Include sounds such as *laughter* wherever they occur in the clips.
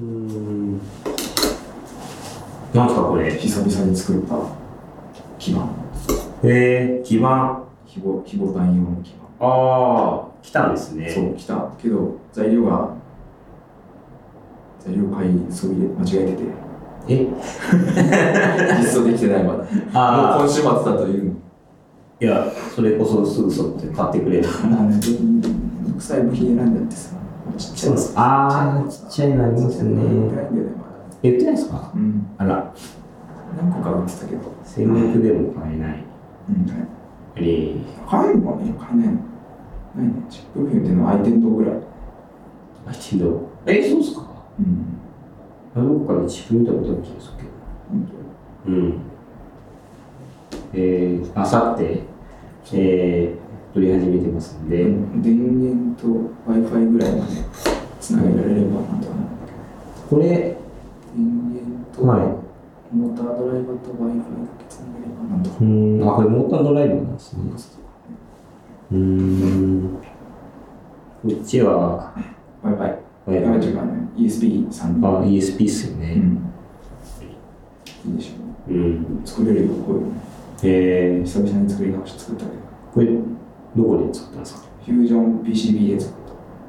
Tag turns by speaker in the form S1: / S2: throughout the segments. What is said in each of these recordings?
S1: うん。
S2: なんすかこれ。
S3: 久々に作った基板
S2: えー、基盤。
S3: 非ボ非ボタン用の基板
S2: ああ、来たんですね。
S3: そう来たけど材料が材料買いそびれ間違えてて
S2: え
S3: 実装できてない *laughs* まだもう
S2: ああ、
S3: 今週末だというの
S2: いや、それこそすぐそって買ってくれる。
S3: なんでめんどくさい部品選んだってさちっちゃい
S2: す。ああ、ちっちゃいのありますよね。
S3: ないんだよねまだ
S2: え売ってないですか
S3: うん
S2: あら、
S3: 何個か売ってたけど
S2: 戦略でも買えない。
S3: うん
S2: えー、
S3: 買えるのかね買えないのないねチップ部品っていうのは相手のぐらい
S2: あ、ちんど。え、そうっすか
S3: うん
S2: あの子から自分見たことある気がするけど。
S3: 本当
S2: うん。えー、あさって、えー、撮り始めてますんで、
S3: 電源と w i f i ぐらいまでつなげられればなんとかなる
S2: これ、
S3: 電源と
S2: はい
S3: モータードライバーと w i f i だけつなげればなんとか
S2: うん、あ、これモータードライブなんですね。うーん。こっちは、
S3: w i f
S2: あ、
S3: i w i f i というかね ESP3 人
S2: ESP っすよ
S3: う
S2: ね。
S3: んいいでしょ
S2: うん。
S3: 作れるよこういうの
S2: えー、
S3: 久々に作り直して作ったけど
S2: これ、どこで作ったんですか
S3: フュージョン PCB で作っ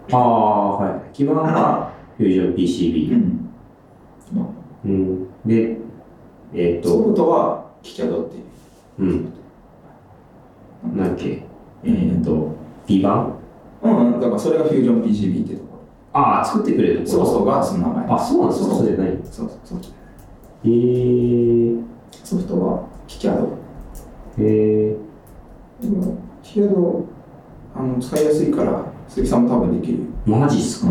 S3: た
S2: ああ、はい。基盤は、フュージョン PCB。
S3: んまあ
S2: うん。で、えっ、
S3: ソ
S2: と、
S3: フトはキキャドっていう
S2: うん。なんだっけえっ、と、基盤
S3: うんうんだからそれがフュージョン PCB ってとこ
S2: ああ、作ってくれるとこ
S3: ソ
S2: ろ
S3: フトがその名前
S2: あ、そうなんですか
S3: ソ
S2: そう
S3: フ
S2: じゃない。
S3: トそうそうそう
S2: えー、
S3: ソフトはキキャド
S2: えー、
S3: でも、ヒアド、あの、使いやすいから、鈴木さんも多分できるよ。
S2: マジっすか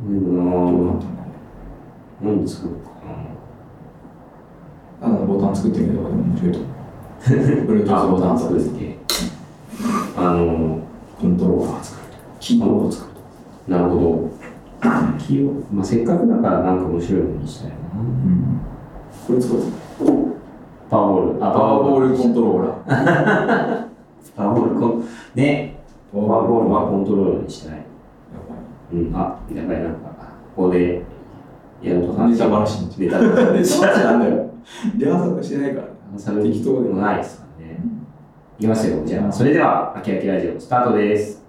S2: で
S3: ん。どう
S2: も
S3: 簡単だね。
S2: な何作ろうか
S3: あの、ボタン作ってみるとかでも面白いと思う。ブルート
S2: な。
S3: ゥースボタン作る。
S2: っけあの、
S3: コントローラー作る。キーボード作る。
S2: なるほど。器用。まあ、せっかくだからなんか面白いものにしたいな。
S3: うん。これ作る。
S2: パワーボール。あ
S3: パワーボールコントローラー。
S2: パワーボールコン、ね、
S3: パ
S2: パワーボール
S3: や
S2: はコントローラーにしたい。うん、あ、やばい、なんか、ここで、やると
S3: ばい。ネタバラシになっち
S2: ネタバ
S3: ゃう。
S2: ラ
S3: ネ
S2: シ
S3: タバラシなんだよ。リハーサルしてないから。
S2: 適当でもないですからね。いきますよ。じゃあ、それでは、あきあきラジオスタートです。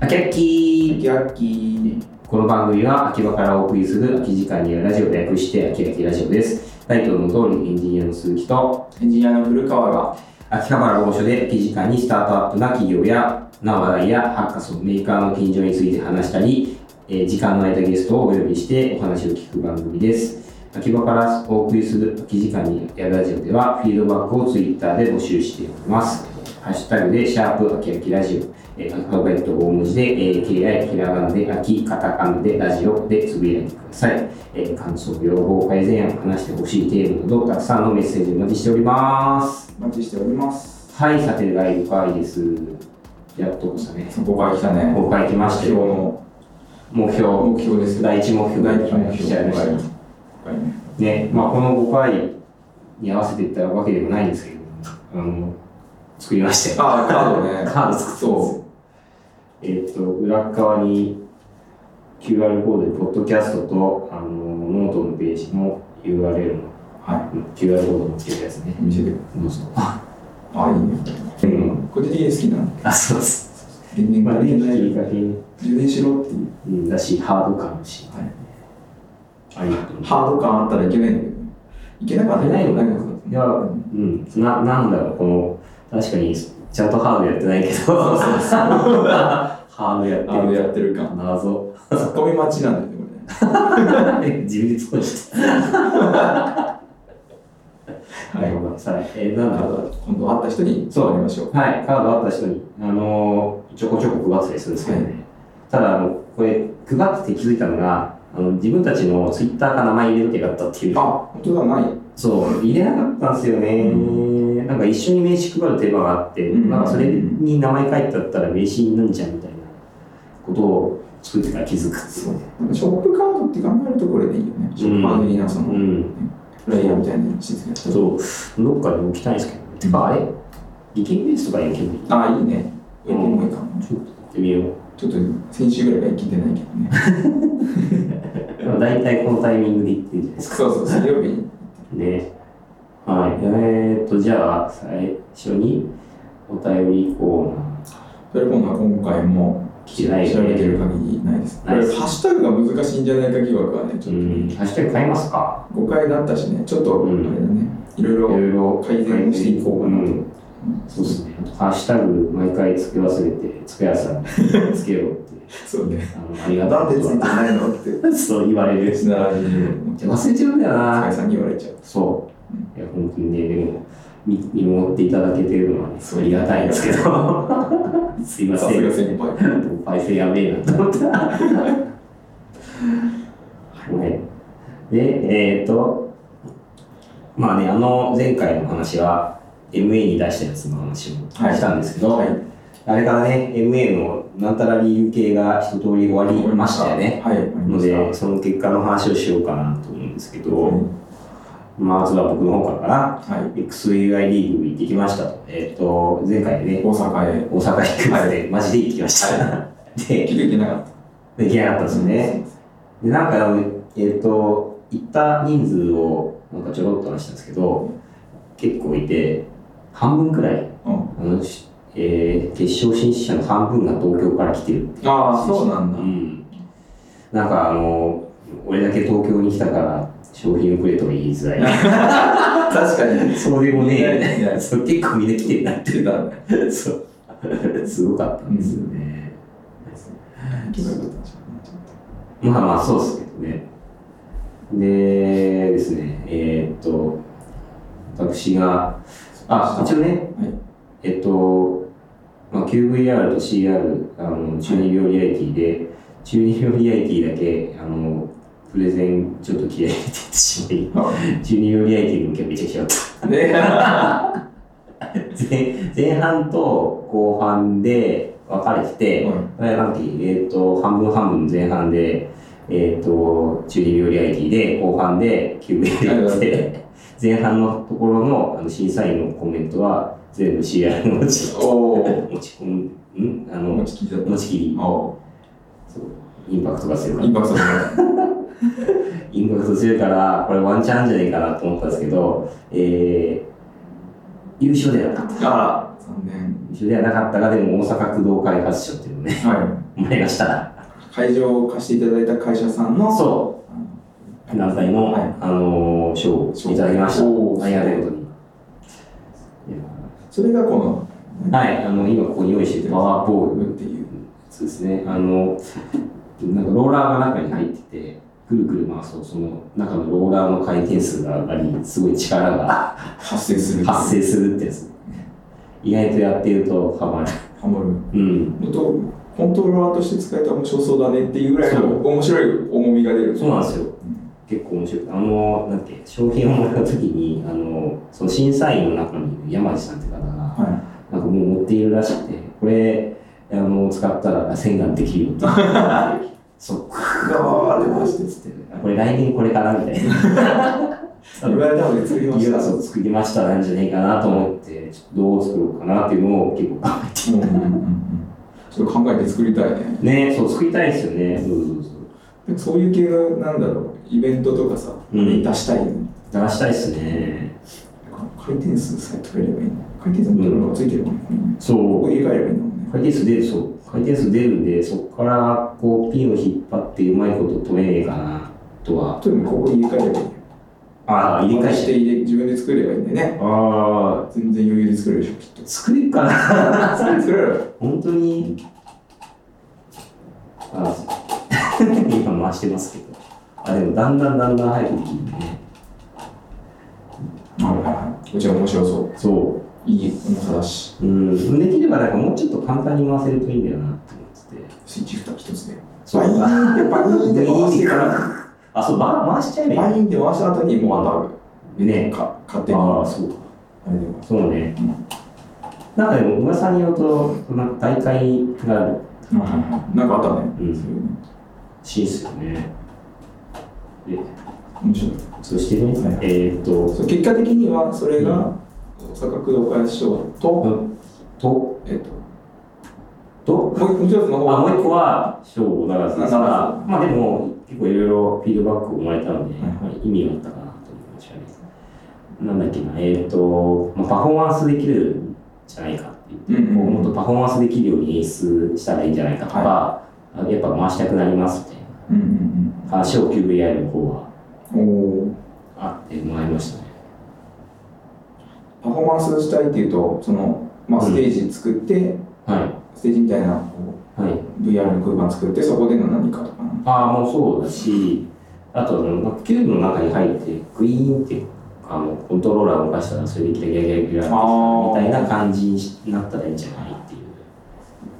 S2: あきあき
S3: キャッキー。
S2: この番組は秋葉からお送りする空き時間にあるラジオ略して秋秋ラジオです。タイトルの通りエンジニアの鈴木と
S3: エンジニアの古川が、
S2: 秋葉原某所で空き時間にスタートアップな企業やな話題やハッカソンメーカーの近所について話したり、えー時間の空いたゲストをお呼びしてお話を聞く番組です。秋葉からお送りする空き時間にあるラジオではフィードバックをツイッターで募集しております。ハッシュタグで、シャープ、あきあきラジオ、えーアルファベット大文字で、えー、KI、ひらがなで、あき、カタカナで、ラジオでつぶやいてください。えー感想、要望、改善案、話してほしいテーマなど、たくさんのメッセージお待ちしております。
S3: お待ちしております。
S2: はい、さて、第5回です。やっとこさね。
S3: 5回来たね。
S2: 5回来ました
S3: 今日
S2: よ。
S3: の
S2: 目標、
S3: 目標ですよ
S2: 第一目標
S3: 第一目標
S2: 来ちゃいましたね、まあ、この5回に合わせていったわけでもないんですけど、あの、作りましたよ。
S3: ああカードね
S2: カード作った
S3: そ
S2: えーっ、と、裏側に QR コードで、ポッドキャストと、あの、ノートのページの URL の、
S3: うは
S2: うん QR コードのつけるやつね
S3: い。見せてく
S2: どうぞ。
S3: ああいいね
S2: うん
S3: 個人的に好きなの
S2: *laughs* あ、そうです。
S3: 電源
S2: ま
S3: が
S2: あ、
S3: 入
S2: 電
S3: っ
S2: 気
S3: てない
S2: がけに、
S3: 充電しろっていう、
S2: うん、だし、ハード感あるし、
S3: はい、
S2: ありがとう。
S3: ハード感あったらいけないんだけどいけなかったら
S2: いけないよ
S3: ん
S2: いや、うん、な、なんだろう、この、確かに、ちゃんとハードやってないけど、 *laughs* ハードやって
S3: あの
S2: る。
S3: やってる感
S2: 謎。 *laughs*
S3: ツッコミ待ちなんだよねこ
S2: 自分で作っちゃった。はい、ごめんなさい。え、なん
S3: れ
S2: だ
S3: あ
S2: ろう。
S3: と今度会った人に
S2: そう
S3: やりましょう
S2: はい、カードあった人に、あのーちょこちょこ配ってたりするんですけどね、ただあの、これ、配ってて気づいたのが、あの自分たちのツイッターか名前入れるってがあったっていう
S3: あ、本当だ、ない。
S2: そう入れなかったんですよね、なんか一緒に名刺配るテーマがあって、
S3: うん
S2: なんかそれに名前書いてあったら名刺になんじゃんみたいなことを作ってから気づくんですよね
S3: なんかショップカードって考えるとこれでいいよね。ショップカードにな、その、
S2: うん
S3: ライヤーみたいなシステムやったり
S2: そうどっかで置きたいんですけどねてかあれ理系ベースとかやけばいい
S3: ああ、いいね。いや、もういいかも。
S2: ちょっとやってみよう
S3: ちょっと先週ぐらいから聞いてないけどね。
S2: でも大体このタイミングで行ってるじゃないですか
S3: そうそう、水曜日に。
S2: ねはいえー、っとじゃあ最初にお便りコーナー
S3: それ今度は今回も
S2: 来て
S3: 調
S2: ないよ
S3: べて
S2: ね
S3: る限りないです。こ
S2: ない
S3: れ
S2: で
S3: ハ
S2: す
S3: ッシュタグが難しいんじゃないか疑惑はね、ち
S2: う
S3: ょっ
S2: んハッシュタグ変えますか
S3: と誤解だったしね、ちょっとあ
S2: う
S3: れだ
S2: ん
S3: ね、いろい
S2: いろ
S3: ろ
S2: いろ
S3: 改善していこうかなと
S2: んそうですねハッシュタグ毎回つけ忘れてつけやさん
S3: *laughs*
S2: につけようって
S3: そうね。
S2: あのありが
S3: なん
S2: と
S3: で
S2: う
S3: ついてないのって、
S2: そう言われる
S3: 吉永に言うの。
S2: 忘れちゃうんだよな
S3: 高井さんに言われちゃう。
S2: そう。いや、本当にね、でも、見見守っていただけてるのはね、
S3: そう
S2: ありがたいんですけ
S3: *laughs*
S2: ど、すいま
S3: さ
S2: せ
S3: す
S2: ん。
S3: が先輩。
S2: *laughs* パイセンやべえなと思った。ね、で、えっ、と、まあね、あの、前回の話は、MA に出したやつの話をしたんですけど、
S3: はい
S2: あれからね、MA のなんたら理由系が一通り終わりましたよね。
S3: はい、終わり
S2: の
S3: ました。
S2: で、その結果の話をしようかなと思うんですけど、まずは僕の方からかな。
S3: は
S2: XUI リーグ行ってきましたと。えっ、と、前回
S3: い、
S2: ね、
S3: 大阪へ
S2: 大阪行くまでマジで行ってきました。
S3: 気
S2: *laughs* で、
S3: づいてなかった。
S2: できなかったですね。で、なんかあの、えっ、と、行った人数をなんかちょろっと話したんですけど、結構いて、半分くらい、
S3: うん。
S2: あの、しえー決勝進出者の半分が東京から来てるっていう
S3: ああ、そうなん
S2: う
S3: だ。
S2: ん、なんかあの俺だけ東京に来たから商品をくれとは言いづ
S3: *laughs*
S2: らい
S3: 確かに。
S2: そうでも
S3: いやいやい
S2: ね
S3: や
S2: そう結構みんな来てるなっ
S3: 来てたんだ。
S2: てそうすごかったんですよね、
S3: 気づかなかっ
S2: まあまあそうですけどねでですねえーっと私があ一応ね
S3: た。はい。
S2: えっと、まあ、QVR と CR あの中二病リアリティで中二病リアリティだけあのプレゼンちょっと気合い入れてってしまい中二病リアリティの受けめちゃくちゃだっ
S3: ね、
S2: た前前半と後半で分かれてて、前半期、えっと半分半分の前半で、えっと中二病リアリティで後半で QVR やって前半のところのあの審査員のコメントは全部 CR のうち
S3: おお。
S2: 持ち込む、んあ
S3: 持
S2: の、
S3: ちきりだっ
S2: 持ち切り
S3: た。、お
S2: そうインパクトが強い
S3: お。
S2: か
S3: イ
S2: ら
S3: ン、パクトだね。
S2: インパクト強いから、これワンチャンじゃないかなと思ったんですけど、えー、優勝ではなかった。
S3: あら、残念。
S2: 優勝ではなかったが、でも大阪駆動開発賞っていうのをね、
S3: は
S2: もらいました。
S3: い。会場を貸していただいた会社さんの、
S2: そ
S3: あ
S2: う、団体の、
S3: はい
S2: あのー賞をいただきました。
S3: おー
S2: ありがたいことに。
S3: それがこの、
S2: はい、あの、今ここに用意してるパワーボール
S3: っていう。
S2: そうですね、あの、なんかローラーが中に入ってて、くるくる回すと、その中のローラーの回転数が上がり、すごい力が
S3: 発生する。
S2: 発生するってやつ。意外とやってるとハマる。
S3: ハモる。
S2: うん。
S3: 本当コントローラーとして使えたら面白そうだねっていうぐらい
S2: そ
S3: の面白い重みが出る。
S2: そうなんですよ。結構面白い。あの、なんて、商品をもらった時に、あの、その審査員の中に山地さんって方が、
S3: は
S2: なんかもう持っているらしくて、これ、あの、使ったら洗顔できるよって。 *laughs* そう。
S3: い。がわー出まして。
S2: つってこれ来年これかなみたいな。
S3: 言われたので作りま
S2: 家
S3: した。
S2: がそう作りましたなんじゃないかなと思って、ちょっとどう作ろうかなっていうのを結構考え
S3: うんうんうんうんちょっと考えて作りたいね。
S2: て。ね、そう作りたいですよね。そうそうそう。
S3: なんかそういう系の、なんだろう、イベントとかさ、
S2: うん
S3: 出したいよね。
S2: 出したいですね。
S3: 回転数さえ取れればいいの。回転数のところがついてるもんね。ここ
S2: そう。
S3: 入れ替えればいいのね。
S2: 回転数出る、そう。回転数出るんで、そこからこうピンを引っ張ってうまいこと取れねえかなとは。
S3: 例えばここ入れ替えればいいの。
S2: ああ、入れ替えしてて。
S3: 入れ自分で作ればいいんでね。
S2: ああ、
S3: 全然余裕で作れるでしょ、きっと。
S2: 作れるかな
S3: 作れる作れる。
S2: 本当に。ああ、そう *laughs* 今回してますけど。あ、でもだんだんだんだん早くできるね。
S3: はいはいはい。こちら面白そう。
S2: そう。
S3: いい重さだし。
S2: うん、できればなんかもうちょっと簡単に回せるといいんだよなって思ってて。
S3: スイッチ2一つで。
S2: そう
S3: バイーンってバイーンって回してか
S2: バイーン
S3: ら。
S2: あ、そう、ば回しちゃえばいいんだ
S3: インで回した後にもう当たる。
S2: ね
S3: か勝手に。
S2: ああ、そうか。
S3: あれでも
S2: そうね。なんかでも、噂によると、なんか大会がある。
S3: なんかあったね。
S2: うん
S3: そういうね
S2: しいっすよね。で、
S3: 面白い。
S2: そしてね、
S3: はいはい
S2: えーっと、
S3: そう結果的にはそれが大阪工藤会市長
S2: う
S3: と、
S2: んと、
S3: えっと、
S2: と、
S3: もうもう一つの方
S2: あ、も
S3: は
S2: う一個は、小五だからさ、
S3: あ
S2: ただ
S3: そ
S2: まあでも、結構いろいろフィードバックをもらえたので、
S3: はい
S2: まあ意味があったかなと思いましたね。なんだっけな、えーっと、まあ、パフォーマンスできるんじゃないかっていう。
S3: うんうん
S2: もっとパフォーマンスできるように演出したらいいんじゃないかとか、あやっぱ回したくなりますみたい
S3: うんうん
S2: な話を QVI の方は
S3: うん。おー
S2: あってもらいましたね。
S3: パフォーマンスしたいっていうと、その、まあ、
S2: うん
S3: ステージ作って、
S2: は
S3: ステージみたいな
S2: い。
S3: こ
S2: はい。
S3: う VR の空間作って、そこでの何かとかな。
S2: ああ、もうそうだし、あとあの、まあキューブの中に入って、グイーンって、あの、コントローラーを動かしたら、それでギラギラギラギラって
S3: あー
S2: みたいな感じになったらいいんじゃないっていう。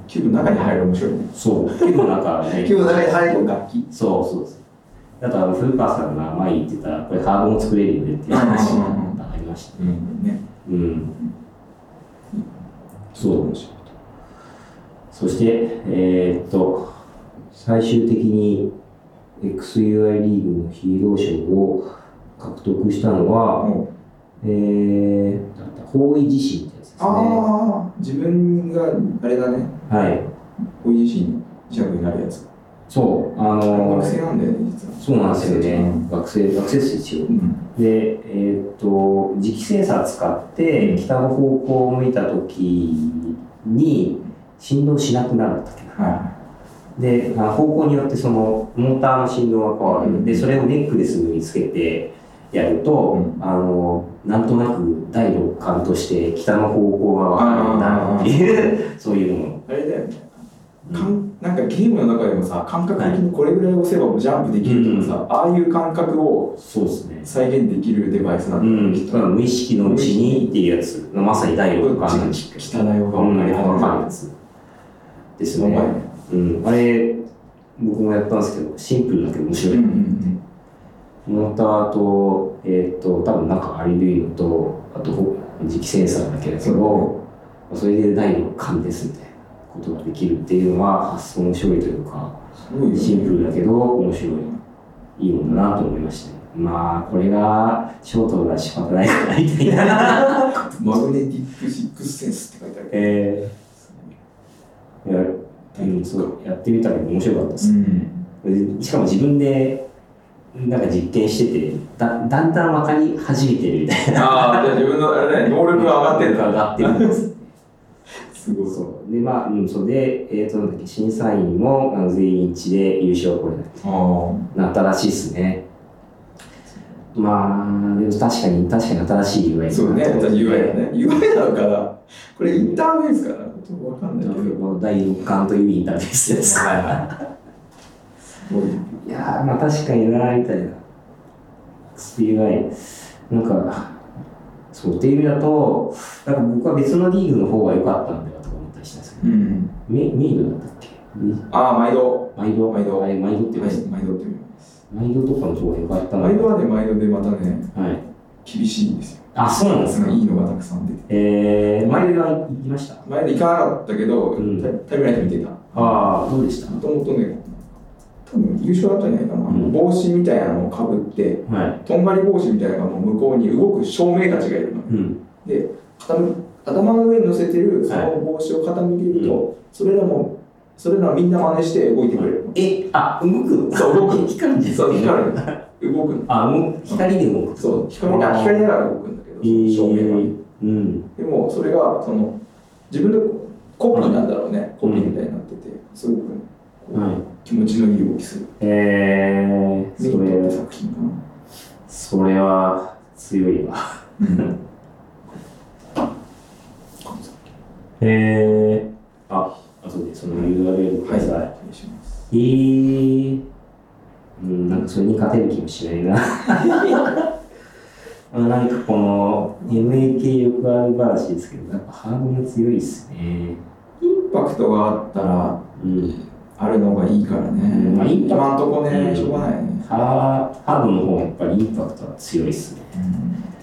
S3: キューブの中に入る面白いね。
S2: そう、キューブの中ね。
S3: キューブの中に入る楽器。
S2: そうそうそう。あと、あの、古川さんが前言ってた、これハードも作れるよねっていう話
S3: うん
S2: が
S3: うんうん
S2: ありました。
S3: うん。ね。
S2: うん。そう。
S3: 白い。
S2: そして、えーっと、最終的に XUI リーグのヒーロー賞を獲得したのは、
S3: お
S2: えー、なんだ方位自身ってやつですね。は
S3: ああ、自分があれだね、
S2: い。
S3: こういう自身に磁石になるやつ。
S2: そう、あの
S3: 学生なんだよね、実は。
S2: そうなんですよ
S3: う
S2: ね
S3: ん。
S2: 学生、学生です一応
S3: う。ん。
S2: で、えーっと、磁気センサー使って、北の方向を向いた時に、振動しなくなるんだっけな。
S3: は
S2: で、あ方向によってそのモーターの振動が変わる、
S3: うん
S2: でそれをネックレスにつけてやると、
S3: うん
S2: あのなんとなく第六感として北の方向が分かるんだっていう *laughs* そういうもの。
S3: い。あれだよね。かんなんかゲームの中でもさ、感覚的にこれぐらい押せばジャンプできるとかさ、ああいう感覚を
S2: そうですね。
S3: 再現できるデバイスな
S2: うんん、
S3: だよ、きっと。
S2: 無意識のうちにっていうやつ、まさに第六感のきっかけ
S3: 汚い方が分かり
S2: 分かるや
S3: や
S2: つです
S3: すごい
S2: ね。
S3: ね。
S2: うん、あれ、僕もやったんですけど、シンプルだけど面
S3: う
S2: 白い。
S3: んうん
S2: モーターと、えーっ、と、多分なんかアリルイのと、あとほ磁気センサーだけだけど、それで第六感ですみたいなことができるっていうのは発想面白いというか、
S3: うん。す
S2: シ
S3: ごいよ
S2: ンプ
S3: ね。
S2: ルだけど面白い。いいものだなと思いましたね。まあ、これが、ショートが仕方ないかな、みたい
S3: *laughs*
S2: な。
S3: マグネティックシックスセンスって書いてある。
S2: えー、いや、うん、そう、やってみたけど面白かったです。
S3: ん。
S2: しかも自分で、なんか実験してて、だだんだん分かり始めてるみたいな。
S3: ああ、じゃあ自分のあれだね、能力が上がってるから。
S2: 上がってるん
S3: *laughs*
S2: です。
S3: すごい。
S2: そう。で、まあ、うん、そうで、えっ、と、なんだっけ、審査員もあの全員一致で優勝これ
S3: あ
S2: なったらしいっすね。まあ、でも確かに、確かに新しい UI
S3: あ、そうね、
S2: だなと思って
S3: UI だね。UI なのかなこれインターフェースかなちょっとわかんないけど。
S2: もう第6巻というインターフェースです。
S3: はいはい。すご *laughs* い。
S2: いやー、まあ確かにな、みたいな。XUI、なんか、そう、っていう意味だと、なんか僕は別のリーグの方が良かったんだよとか思ったりしたんですけど、
S3: うん。
S2: メメイドだったっけ
S3: ああ、毎度。
S2: 毎度
S3: 毎度
S2: あれ毎度って
S3: は
S2: 言うん
S3: い、
S2: です
S3: 毎度って言う。
S2: 毎度とかの方が良かったな。
S3: 毎度はね、毎度でまたね、
S2: はい。
S3: 厳しいんですよ。
S2: あ、そうなんです
S3: す
S2: か
S3: ご。いいいのがたくさん出て。
S2: えー、毎度は行きました。
S3: 前で行かなかったけど、
S2: うん
S3: タイタイムライト見てた。
S2: ああ、どうでした
S3: もともとね、多分優勝だったんじゃないかな。
S2: うん
S3: 帽子みたいなのをかぶって、
S2: はい。
S3: とんがり帽子みたいなのがもう向こうに動く照明たちがいるの。
S2: うん。
S3: で頭頭の上に乗せてるその帽子を傾けると、それらもそれらみんな真似して動いてくれる、
S2: え、あ、動くの
S3: そう動く
S2: *laughs*
S3: の
S2: 光るんです
S3: そう
S2: る。
S3: 光る動くの
S2: あ、もう光で動く。
S3: そう光りな光りながら動くんだけど、
S2: えー、
S3: 照明が
S2: うん。
S3: でもそれがその自分のコピーなんだろうね、コピーみたいになっててすごくこう
S2: はい。
S3: 気持ちのいい動きする
S2: えー、
S3: メイ
S2: そ
S3: ンの
S2: れ、
S3: 作品かな
S2: *laughs* それは強いわ。
S3: うん
S2: えー、あ、あとでその URL く
S3: は
S2: ださ
S3: い、
S2: い。
S3: お願いします
S2: えー、うん、なんかそれに勝てる気もしないな。 *laughs* あなんかこの MAK 欲ある話ですけど、やっぱハードが強いっすね。
S3: インパクトがあったら
S2: うん。
S3: あるのがいいからね、
S2: うんまあインパクト
S3: 今んとこね、
S2: うん
S3: しょうがないよね
S2: ハハーハードの方がやっぱりインパクトは強いですね。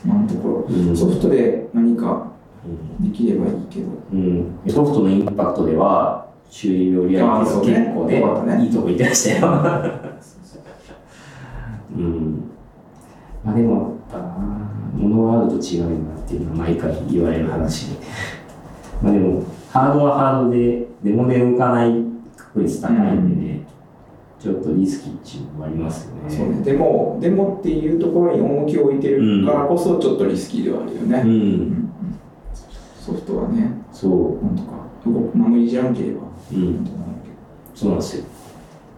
S3: 今のとこ
S2: う
S3: ろ
S2: ん
S3: ソフトで何か
S2: うん
S3: できればいいけど
S2: うん、ソフトのインパクトでは、修理料理や
S3: あー
S2: 結
S3: そうね
S2: 構ね
S3: よかったね
S2: いいとこ行ってましたよ。うん。まあでも、やっぱな、物があると違うなっていうのは毎回言われる話で。まあでも、ハードはハードで、デモで動かない確率高いんでね、ちょっとリスキーっていうのもありますよね。
S3: そうねでもでもっていうところに重きを置いてるからこそちょっとリスキーではあるよ
S2: う
S3: ね、
S2: ん、
S3: ソフトはね
S2: そ
S3: なんとか動く守りじゃなければ
S2: う。うん
S3: なんとかなるけど
S2: そうなんですよ。っ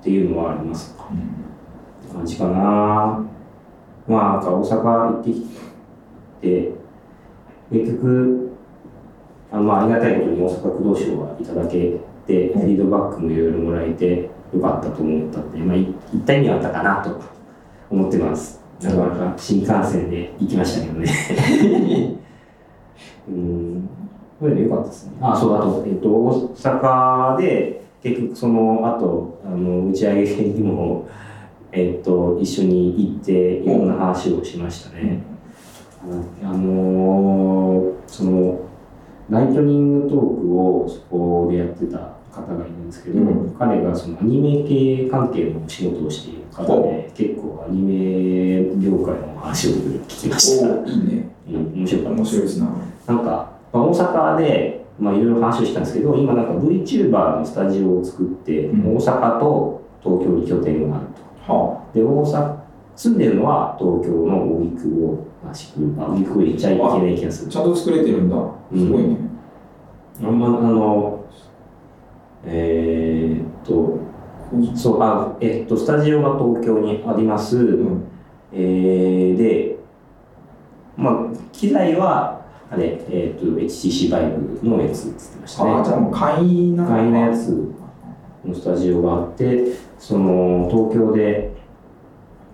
S2: ていうのはありますか。感じかな。まあ、なんか大阪行ってきて、結局、あのまあありがたいことに大阪駆動賞はいただけて、フ
S3: うん
S2: ィードバックもいろいろもらえて、よかったと思ったんで、まあ、い行った意味はあったかなと思ってます。なかなか新幹線で行きましたけどね。 *laughs* うん、これで良かったですね。あ、そう、あと、えっと、大阪で、結局、その後、あの、打ち上げにも、えっと、一緒に行って、いろんな話をしましたね。あのーその、ライトニングトークをそこでやってた方がいるんですけど、
S3: うん
S2: 彼がそのアニメ系関係の仕事をしている方で、結構アニメ業界の話を聞きました。
S3: おおいいね
S2: うん、面白かった
S3: 面白いですな
S2: なんか、まあ、大阪で、まあ、いろいろ話をしたんですけど、今なんか VTuber のスタジオを作って、
S3: うん
S2: 大阪と東京に拠点があると。
S3: は
S2: で、大阪、住んでるのは東京の荻窪らしく、まあ、荻窪行っちゃいけない気がす
S3: あ
S2: る。
S3: ちゃんと作れてるんだすごいね、
S2: あんま、あの、えーっと、そう、あ、えっと、スタジオが東京にあります。
S3: うん
S2: えーで、まあ、機材は、あれ、えーっと、HTC バイブのやつって言ってましたね。
S3: ああじゃあもう簡易な
S2: 会のやつのスタジオがあってその東京で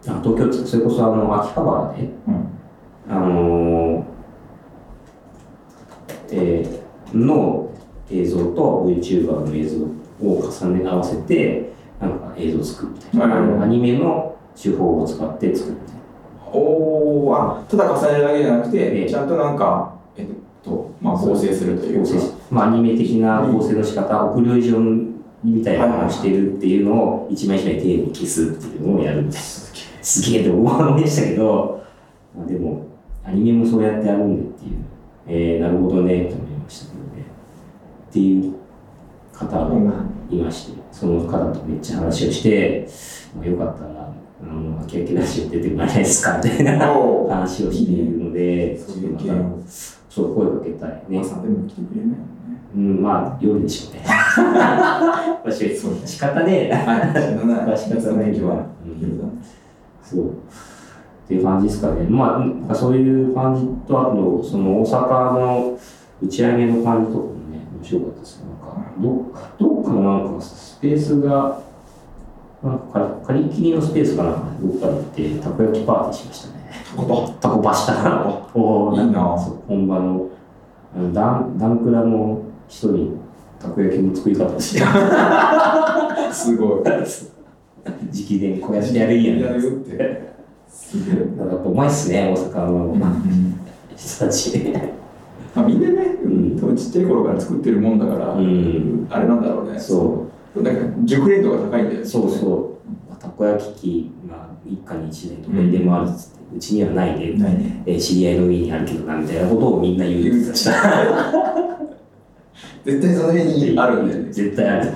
S2: あ東京ってそれこそあの秋葉原で
S3: うん
S2: あのえーの映像と VTuber の映像を重ね合わせてなんか映像を作るみたいな、
S3: はいはいはい
S2: アニメの手法を使って作るみたいな
S3: おおあただ重ねるだけじゃなく
S2: え
S3: て
S2: え
S3: ちゃんとなんかえっとまあ構成するという
S2: 構
S3: か
S2: 成しまあ、アニメ的な構成の仕方、オクルージョンみたいなのをしてるっていうのを一枚一枚丁寧に消すっていうのをやるみたいな。すげえと思いましたけど、まあ、でも、アニメもそうやってやるんだっていう、えー、なるほどね、と思いましたけどね。っていう方がいまして、その方とめっちゃ話をして、まあ、よかったら、あの、秋きラジオ出てもらえないですかみたい
S3: *laughs*
S2: な
S3: おお
S2: 話をしているので、ちょ
S3: そう
S2: っ
S3: い
S2: と
S3: う
S2: ま
S3: 系
S2: た、そう、声かけた
S3: の
S2: いね。
S3: 朝でも来てくれないもんね
S2: うん、まあ、夜でしょう
S3: *laughs*
S2: ね。
S3: そうね
S2: 仕方ねえな。
S3: はい仕方ない
S2: 仕方ない
S3: 時は
S2: うん
S3: 夜だ
S2: そう。っていう感じですかね。まあうん、そういう感じと、あと、その大阪の打ち上げの感じとかもね、面白かったですね。なんか、どどっかのなんかスペースが、なんかか借り切りのスペースかなんか、どっかに行って、たこ焼きパーティーしましたね。
S3: ここ
S2: タコパしたな。おー
S3: いいな
S2: かそう本場の、あのダンダンクラの人に、たこ焼きの作り方をして、*laughs*
S3: すごい
S2: 直伝こうやってやるんや
S3: や
S2: ね。
S3: るよってすげえ
S2: *laughs* なんかやっぱうまいっすね、大阪
S3: うん
S2: の人たち。
S3: まあみんなね、
S2: うん
S3: 多分ちっちゃい頃から作ってるもんだから、
S2: うん
S3: あれなんだろうね
S2: そう
S3: なんか熟練度が高いんだよね
S2: そうそう、たこ焼き器が一家に一台どこにでもあるっつって、うちにはないで、
S3: ないね
S2: えー知り合いの家にあるけどなみたいなことをみんな言う
S3: 言う
S2: *laughs*
S3: 絶対その辺にあるんだよね
S2: 絶対ある。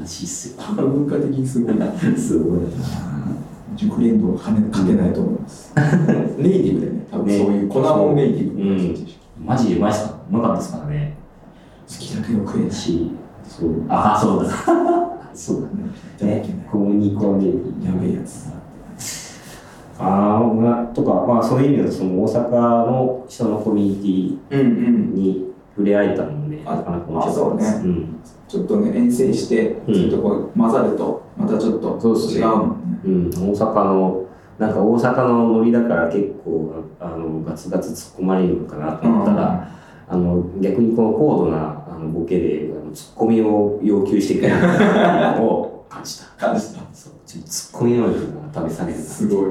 S2: らしいっすよ。
S3: 文化的にすごい
S2: すごいな。
S3: 熟練度が勝て勝てないと思い
S2: *laughs*
S3: ますネイティブでね多分そういう粉もんネイティブ
S2: うん
S3: 好
S2: マジでうまいっすかうまかったっすからね。
S3: きだけど食えない
S2: し、そう。ああ、そうだ。 *laughs* そうだ。
S3: いただけない
S2: 小麦粉で。
S3: やべえやつ
S2: ああ、まあ、とか、まあそういう意味ではその大阪の人のコミュニ
S3: うんう
S2: ティ
S3: ん
S2: に触れ合えたのもね、
S3: あ
S2: なかなか面白かったで
S3: あ
S2: す。
S3: そう
S2: ね。
S3: ちょっとね遠征して
S2: うん
S3: ちょっとこう混ざるとまたちょっと
S2: そうっすね
S3: 違うもんね
S2: うん、大阪の、なんか大阪のノリだから結構、あの、ガツガツ突っ込まれるのかなと思ったら、あの、逆にこの高度なあのボケで、あのツッコミを要求してくれるのを感じた。 *laughs*
S3: 感じた
S2: そうちちょっとツッコミ能力が試されるな。
S3: すごい。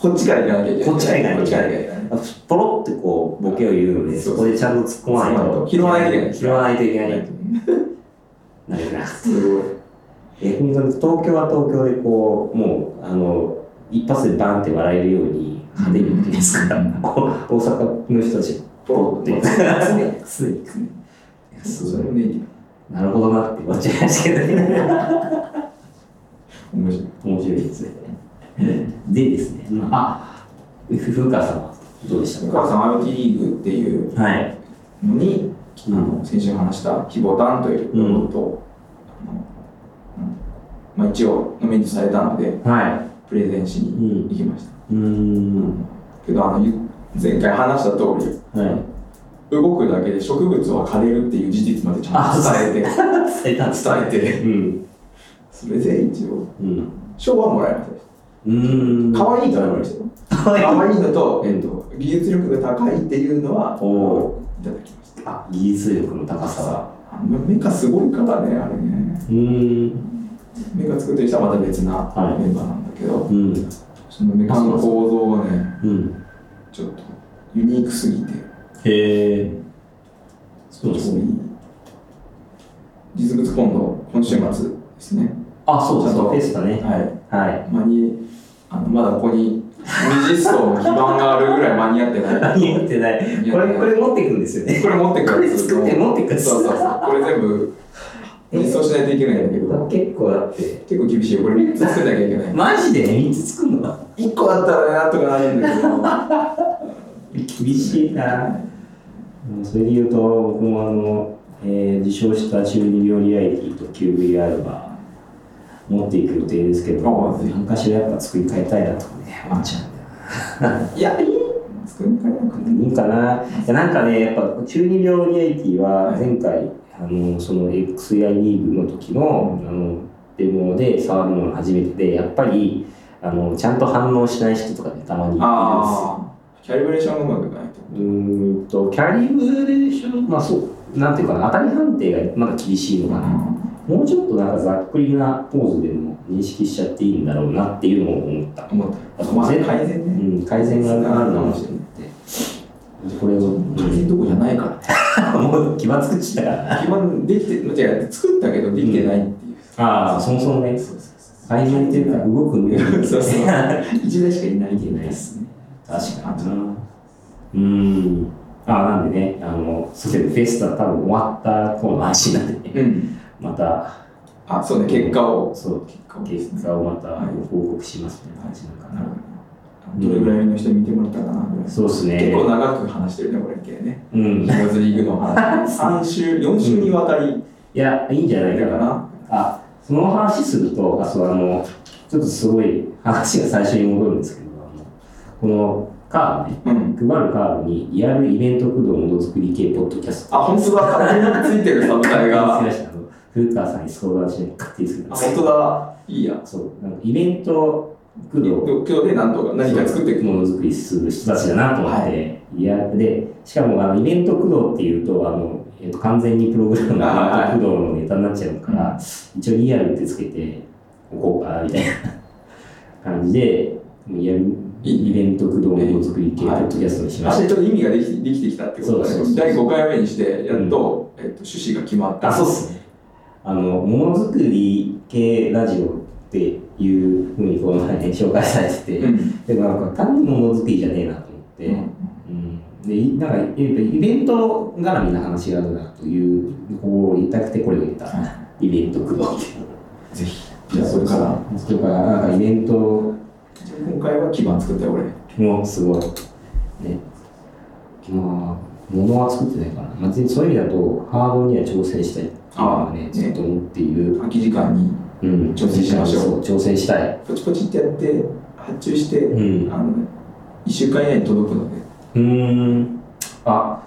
S3: こっちから行かなきゃいけない。
S2: こっちから行かなきゃいけない
S3: こっちから行かなきゃいけない。
S2: あと、ポロってこう、ボケを言うので、
S3: そう
S2: そこでちゃんと突っ込まないと。
S3: 拾わないといけない
S2: 拾わないといけない。なるから。
S3: すごい。
S2: え、本当に東京は東京でこう、もう、あの、一発でバンって笑えるように派手に言ってますから、こう大阪の人たち、
S3: ポロって。
S2: すぐ行くね。いやす
S3: そ
S2: ご
S3: れ
S2: い
S3: もネイティ
S2: なるほどなって思っちゃいましたけどね。
S3: ブ。面白い。
S2: 面白いですね。でですね、あ、ふふかさんはどうでし
S3: お
S2: たか
S3: 母さん、IoT リーグっていう
S2: はい。
S3: のに、
S2: う
S3: あ
S2: ん。
S3: の先週話した非ボタンというロボットを、あのうんまあ、一応ノミネートされたので
S2: は
S3: プレゼンし
S2: い。う
S3: に
S2: ん。
S3: 行きました、
S2: うーん。
S3: けどあのゆ前回話した通り
S2: はい。
S3: 動くだけで植物は枯れるっていう事実までちゃんと伝え
S2: 伝えたんです。
S3: て伝えて
S2: うん。
S3: それで一応
S2: うん。
S3: 賞はもらいまし
S2: うーん。
S3: た可愛いとは言われましたよ
S2: かわいい。
S3: 可愛いのと、
S2: うん
S3: えっと、技術力が高いっていうのは
S2: お
S3: いただきました
S2: あ、技術力の高さは。
S3: あのメカすごいからねあれね
S2: うーん。
S3: メカ作ってる人はまた別な
S2: はい
S3: メンバーなんだけど、
S2: うん。
S3: そのメカの構造がね、
S2: うん。
S3: ちょっとユニークすぎて、
S2: へえ。そうですね。
S3: 実物今度、今週末ですね。
S2: あ、そうです。
S3: ちゃんと
S2: フェスだね。
S3: は
S2: はい。
S3: い。間に、あのまだここに未実装の基盤があるぐらい間に合ってない。
S2: 何持ってない。これ、これ持っていくんですよね。
S3: これ持ってく
S2: *laughs* こ
S3: る
S2: れ作って持っていくんです
S3: そうそうそう。これ全部実装しないといけないんだけど、
S2: 結構だって。
S3: 結構厳しいよ。これ3つ作んなきゃいけない。
S2: マジで三つ作るのか
S3: 1個だったらなんとかなるんだけど。
S2: 厳しいなそれで言うと僕もあの、えー受賞した中二病リアリティと QVR は持っていく予定ですけど
S3: あぜひ
S2: 何かしらやっぱ作り変えたいなとかね思っちゃうんだよ
S3: いや、いい作り変えなくて
S2: いいかないやなんかねやっぱ中二病リアリティは前回あのその XI リーグの時のあのデモで触るのが初めてでやっぱりあのちゃんと反応しない人とかねたまにいるんですよ
S3: ああ、キャリブレーションがうまくないう
S2: ーんとキャリブレーションまあそうなんていうかな当たり判定がまだ厳しい
S3: と。
S2: のかな、もうちょっとなんかざっくりなポーズでも認識しちゃっていいんだろうなっていうのを思った、
S3: 思った。まあ、改善
S2: う
S3: ね。
S2: ん、改善があるなと思 *laughs* ってこれを、うん
S3: 改善どこじゃないからね。
S2: もう気まずくしたから
S3: 基本できて、違う、作ったけどできてないっていう。
S2: ああそもそもね
S3: そうそうそう
S2: 改善っていうか動くのよ
S3: そうそうそう
S2: 確
S3: 一台しかいないけないですね。
S2: かになうーんああなんでねあのそうですねフェスタ多分終わった頃の話なんでね *laughs*
S3: うん。
S2: また
S3: あ、そうね、結果を。
S2: そう
S3: 結果をです
S2: 結
S3: ね。
S2: 果をまた報告しますみたいな感じなのか
S3: なる
S2: な、
S3: ほど。どれぐらいの人に見てもらったかなぐらい。
S2: そうですね
S3: 結構長く話してるね、これ系ね。
S2: うん
S3: ヒ
S2: い
S3: ロズリーグ
S2: *laughs*
S3: の話。3週、4週にわたり
S2: やいいんじゃない
S3: だ
S2: か
S3: か
S2: な
S3: な。
S2: あその話するとあそうあのちょっとすごい話が最初に戻るんですけどあのこのカードね
S3: うん。
S2: 配るカードにリアルイベント駆動ものづくり系ポッドキャスト
S3: あ、本当だ、勝手についてるサブタ
S2: *laughs*
S3: イが。
S2: 勝手につけましたあの古川さんに相談しない勝手にするん
S3: あ、
S2: です
S3: 本当だ。いいや。
S2: そうなんかイベント駆動
S3: 今日で何とか何か作っていく。
S2: ものづくりする人たちだなと思って、、
S3: はい
S2: やでしかもあのイベント駆動っていうとあの、えっと完全にプログラムのイベント駆動のネタになっちゃうから、
S3: は
S2: 一応リアルってつけておこうかなみたいな感じでリアルイベント駆動のものづくり系ポ
S3: はい
S2: ッドキャストにしま
S3: あ
S2: し
S3: れちょっと意味ができできてきたってことだ
S2: そうそ
S3: ね
S2: うそう
S3: 第5回目にしてやっと、えっと、趣旨が決まった
S2: た。っすねあのものづくり系ラジオっていうふうにこの前ね紹介されてて、
S3: うん
S2: でもなんか単にものづくりじゃねえなと思って。うんでいなんかやっぱイベント絡みの話があるなというこう言いたくてこれを言った、
S3: は
S2: イベント駆動っていう
S3: ぜひじゃあそれから
S2: それからなんかイベント
S3: じゃあ今回は基盤作ったよ俺
S2: もすごいねまあ物は作ってないから、まあ、全そういう意味だとハードには挑戦したいっていうのはね
S3: あ
S2: ずっと思っている、
S3: 空き時間に
S2: うん、
S3: 挑戦しましょう
S2: そう挑戦したい
S3: ポチポチってやって発注して、
S2: うん
S3: あの1週間以内に届くので
S2: うーんあ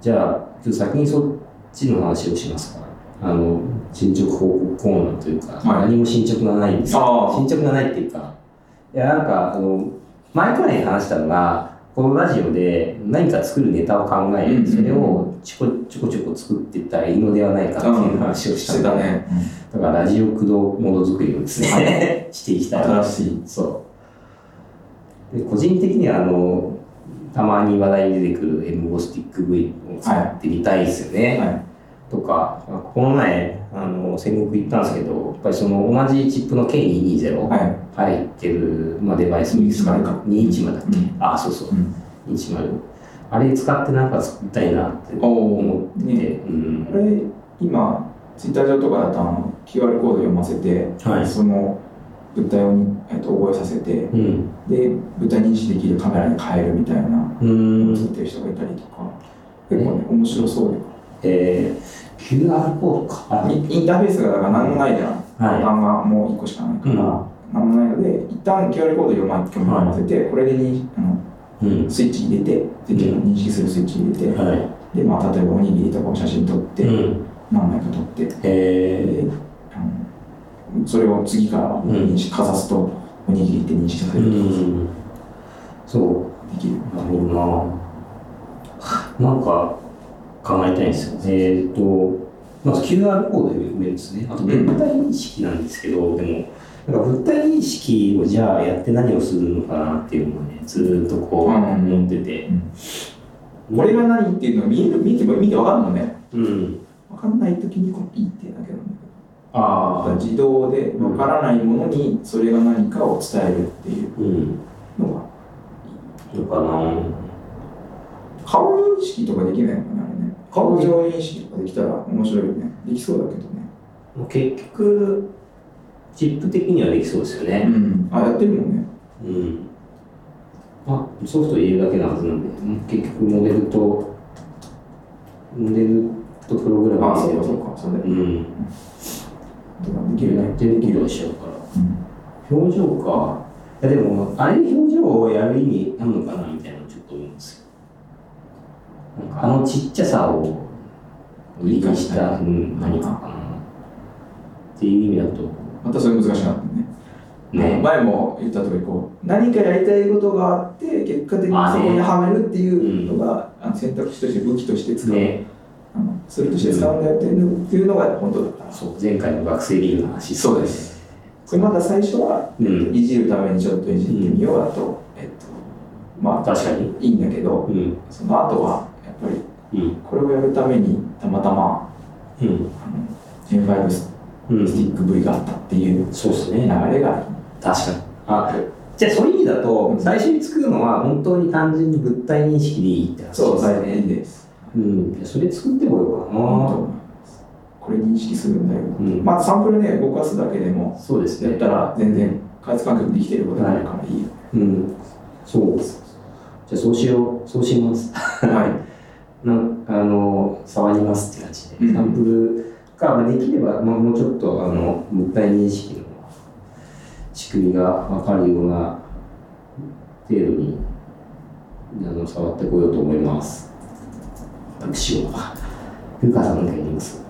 S2: じゃあちょっと先にそっちの話をしますかあの進捗報告コーナーというか、
S3: はい
S2: 何も進捗がないんですよ
S3: ああ
S2: 進捗がないっていうかいやなんかあの前くらいに話したのがこのラジオで何か作るネタを考え、
S3: うんうん
S2: それをちょこちょこちょこ作っていったらいいのではないかっていう話をした
S3: して
S2: んだ
S3: たね。
S2: だからラジオ駆動ものづくりをですね、 *laughs* していきたいな
S3: 新しい。
S2: そう。で個人的にはあの、たまに話題に出てくる M5 スティック V を使ってみたいですよね。
S3: はい
S2: とか、まあこの前、あの、戦国行ったんですけど、やっぱりその同じチップの K220
S3: は
S2: 入ってる、まあ、デバイスもいくつかあるか、210だっけ、
S3: うん
S2: あ、そうそう、
S3: うん
S2: 210。あれ使ってなんか作りたいなって
S3: い。おお。
S2: 思ってて、
S3: ね
S2: うん
S3: あ。れ、今、ツイッター上とかだとあの QR コード読ませて、
S2: はい。
S3: その物体をに、えっと、覚えさせて、
S2: うん。
S3: で、物体認識できるカメラに変えるみたいな、
S2: う
S3: 作
S2: ん
S3: ってる人がいたりとか、結構ね、面白そうで。
S2: えー、QR コードか。
S3: インインターフェースがだから何もないじゃん。ボタンがもう1個しかないか
S2: う
S3: ら、
S2: ん
S3: 何もないので、一旦 QR コード読ま読み合わせて、これでにあの
S2: い。うん。
S3: スイッチ入れて、スイッチの認識するスイッチ入れて、
S2: は
S3: で、まあ、例えばおにぎりとかを写真撮って、
S2: うん。
S3: 何枚か撮って、で
S2: え
S3: あのそれを次から認識かざすと、おにぎりって認識さ
S2: ー、
S3: れるとか
S2: うん。そ
S3: できる。
S2: う、なるほどな。なんか考えたいんですよ。えっ、と、まず QR コードで埋めるんですね。あと物体認識なんですけど、でも、なんか物体認識をじゃあやって何をするのかなっていうのをね、ずーっとこう
S3: うん
S2: 思ってて。
S3: これが何っていうのは見える見ても見てわかるのね。
S2: うん。
S3: わかんないときにコピーってだけなんだけど。
S2: ああ。
S3: 自動でわからないものにそれが何かを伝えるっていう
S2: うん。
S3: のが
S2: どうかな。
S3: 顔認識とかできないのかなあれね顔上認識とかできたら面白いよねできそうだけどね
S2: 結局、チップ的にはできそうですよね。
S3: んあやってるもんね
S2: うん、まあソフトを入れるだけなはずなんで結局モデルとモデルとプログラム
S3: あ
S2: で
S3: そう
S2: すけ
S3: かそ
S2: ど
S3: うかそうだよ
S2: う
S3: ね
S2: ん
S3: できる
S2: や
S3: ね
S2: ってることは一緒だから表情かいやでもあれに表情をやる意味なのかなみたいなのちょっと思うんですよなんかあのちっちゃさを売りにした、うん、何かかなっていう意味だと
S3: またそれ難しくなってね
S2: ね
S3: 前も言った通りこう何かやりたいことがあって結果的にそこにはめるっていうのがあの選択肢として武器として使う、
S2: ね
S3: あのそれとして使うんだよっていうのっていうのが本当だから
S2: そう前回の学生理由の話
S3: そうですこれまだ最初は
S2: うん
S3: いじるためにちょっといじってみようだと、えっとまあ
S2: 確かに
S3: いいんだけど
S2: うん
S3: その後はやっぱり
S2: うん
S3: これをやるためにたまたま
S2: うん
S3: あの N5 ス
S2: う
S3: ティック V があったっていう
S2: そうです
S3: 流
S2: ね
S3: れがある
S2: 確かにあじゃあそういう意味だと最初に作るのは本当に単純に物体認識でいいって話
S3: そう
S2: です
S3: 最近です
S2: うんいやそれ作ってこようか
S3: 本当
S2: な
S3: 思いますこれ認識するんだよ、
S2: うん
S3: まあサンプルね動かすだけでも
S2: そうです
S3: やっ
S2: ね
S3: たら全然開発環境できてることになるからいいよ、
S2: うんそうじゃあそうしようそうします
S3: はい、
S2: なんあの触りますって感じ
S3: う
S2: で
S3: ん
S2: サンプルがまあできれば、まあ、もうちょっとあの物体認識の仕組みが分かるような程度にあの触ってこようと思います私はルカさんなんかいります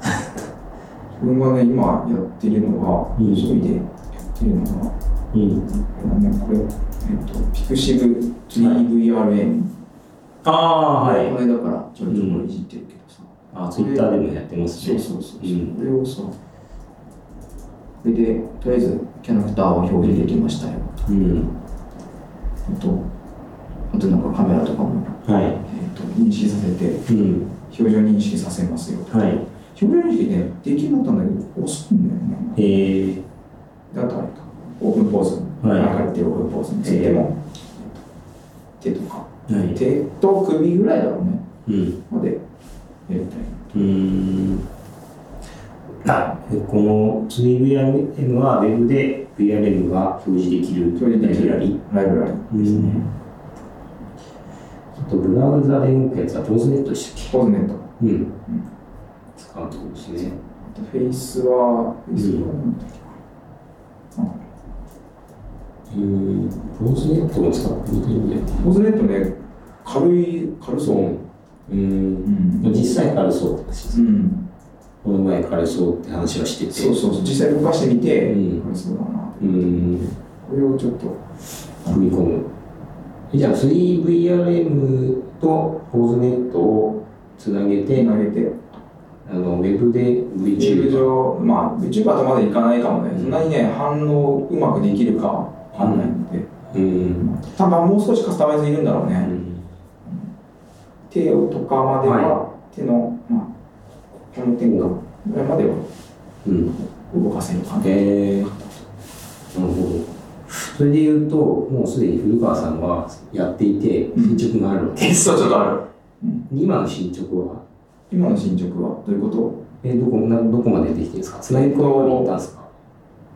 S3: 自分がね今やってるのが
S2: うん
S3: 一人でやってるのが
S2: うん
S3: ね、これ、えっと、ピクシブ 3VRM、
S2: ああ
S3: これだからちょっとこれいじってるけどさ、
S2: あツイッターでもやってます
S3: そう
S2: ね
S3: そうそう、
S2: うん
S3: これをさそれでとりあえずキャラクターを表示できましたよ
S2: うん
S3: あとあとなんかカメラとかも、え
S2: は
S3: っと認識させて
S2: いうん
S3: 表情認識させますよ表
S2: はい
S3: 情認識ねできるようになったんだけど遅いんだよね
S2: えー、
S3: であとあれかオープンポーズ、
S2: はい
S3: なんかやってるオープンポーズについても、手とか
S2: はい
S3: 手と首ぐらいだろうね
S2: うん
S3: までやりたいな
S2: うーんあえこの 2VRM は Web で VRM が表示できる
S3: 表示できるライブラリ
S2: う
S3: です
S2: ん
S3: ね。
S2: あとブラウザで動くやつはポーズネットでしたっ
S3: ポーズネット。
S2: けうん使うとこですね
S3: あとフェイスは、フェイスはなんだっけ
S2: うんポーズネットも使ってみてるんだよ
S3: ポーズネットね、軽い、軽そう。
S2: ううん
S3: ん
S2: 実際軽そうって話です
S3: うん。
S2: この前軽そうって話はしてて
S3: そうそうそう、実際動かしてみて、
S2: うん
S3: 軽そうだな。
S2: うん
S3: これをちょっと、
S2: 組み込むじゃあ 3VRM とポーズネットをつなげて、
S3: 投げて、
S2: あのウェブで
S3: チーム
S2: VTuber
S3: 上、まあ、VTuber とまでいかないかもね、
S2: うん
S3: そんなにね、反応うまくできるかわかんないので、
S2: うん、
S3: 多分もう少しカスタマイズいるんだろうね。手をとかまでは、手の、まあ、この手が、これまでは
S2: うん、
S3: 動かせるかな。
S2: えー、なるほど。それで言うと、もうすでに古川さんはやっていて、
S3: うん
S2: 進捗があるわけ
S3: テストちょっとある。
S2: 今の進捗は、
S3: 今の進捗はどういうこと
S2: えーどこなどこまでできてるんですかつなぎ込みまでいったんですか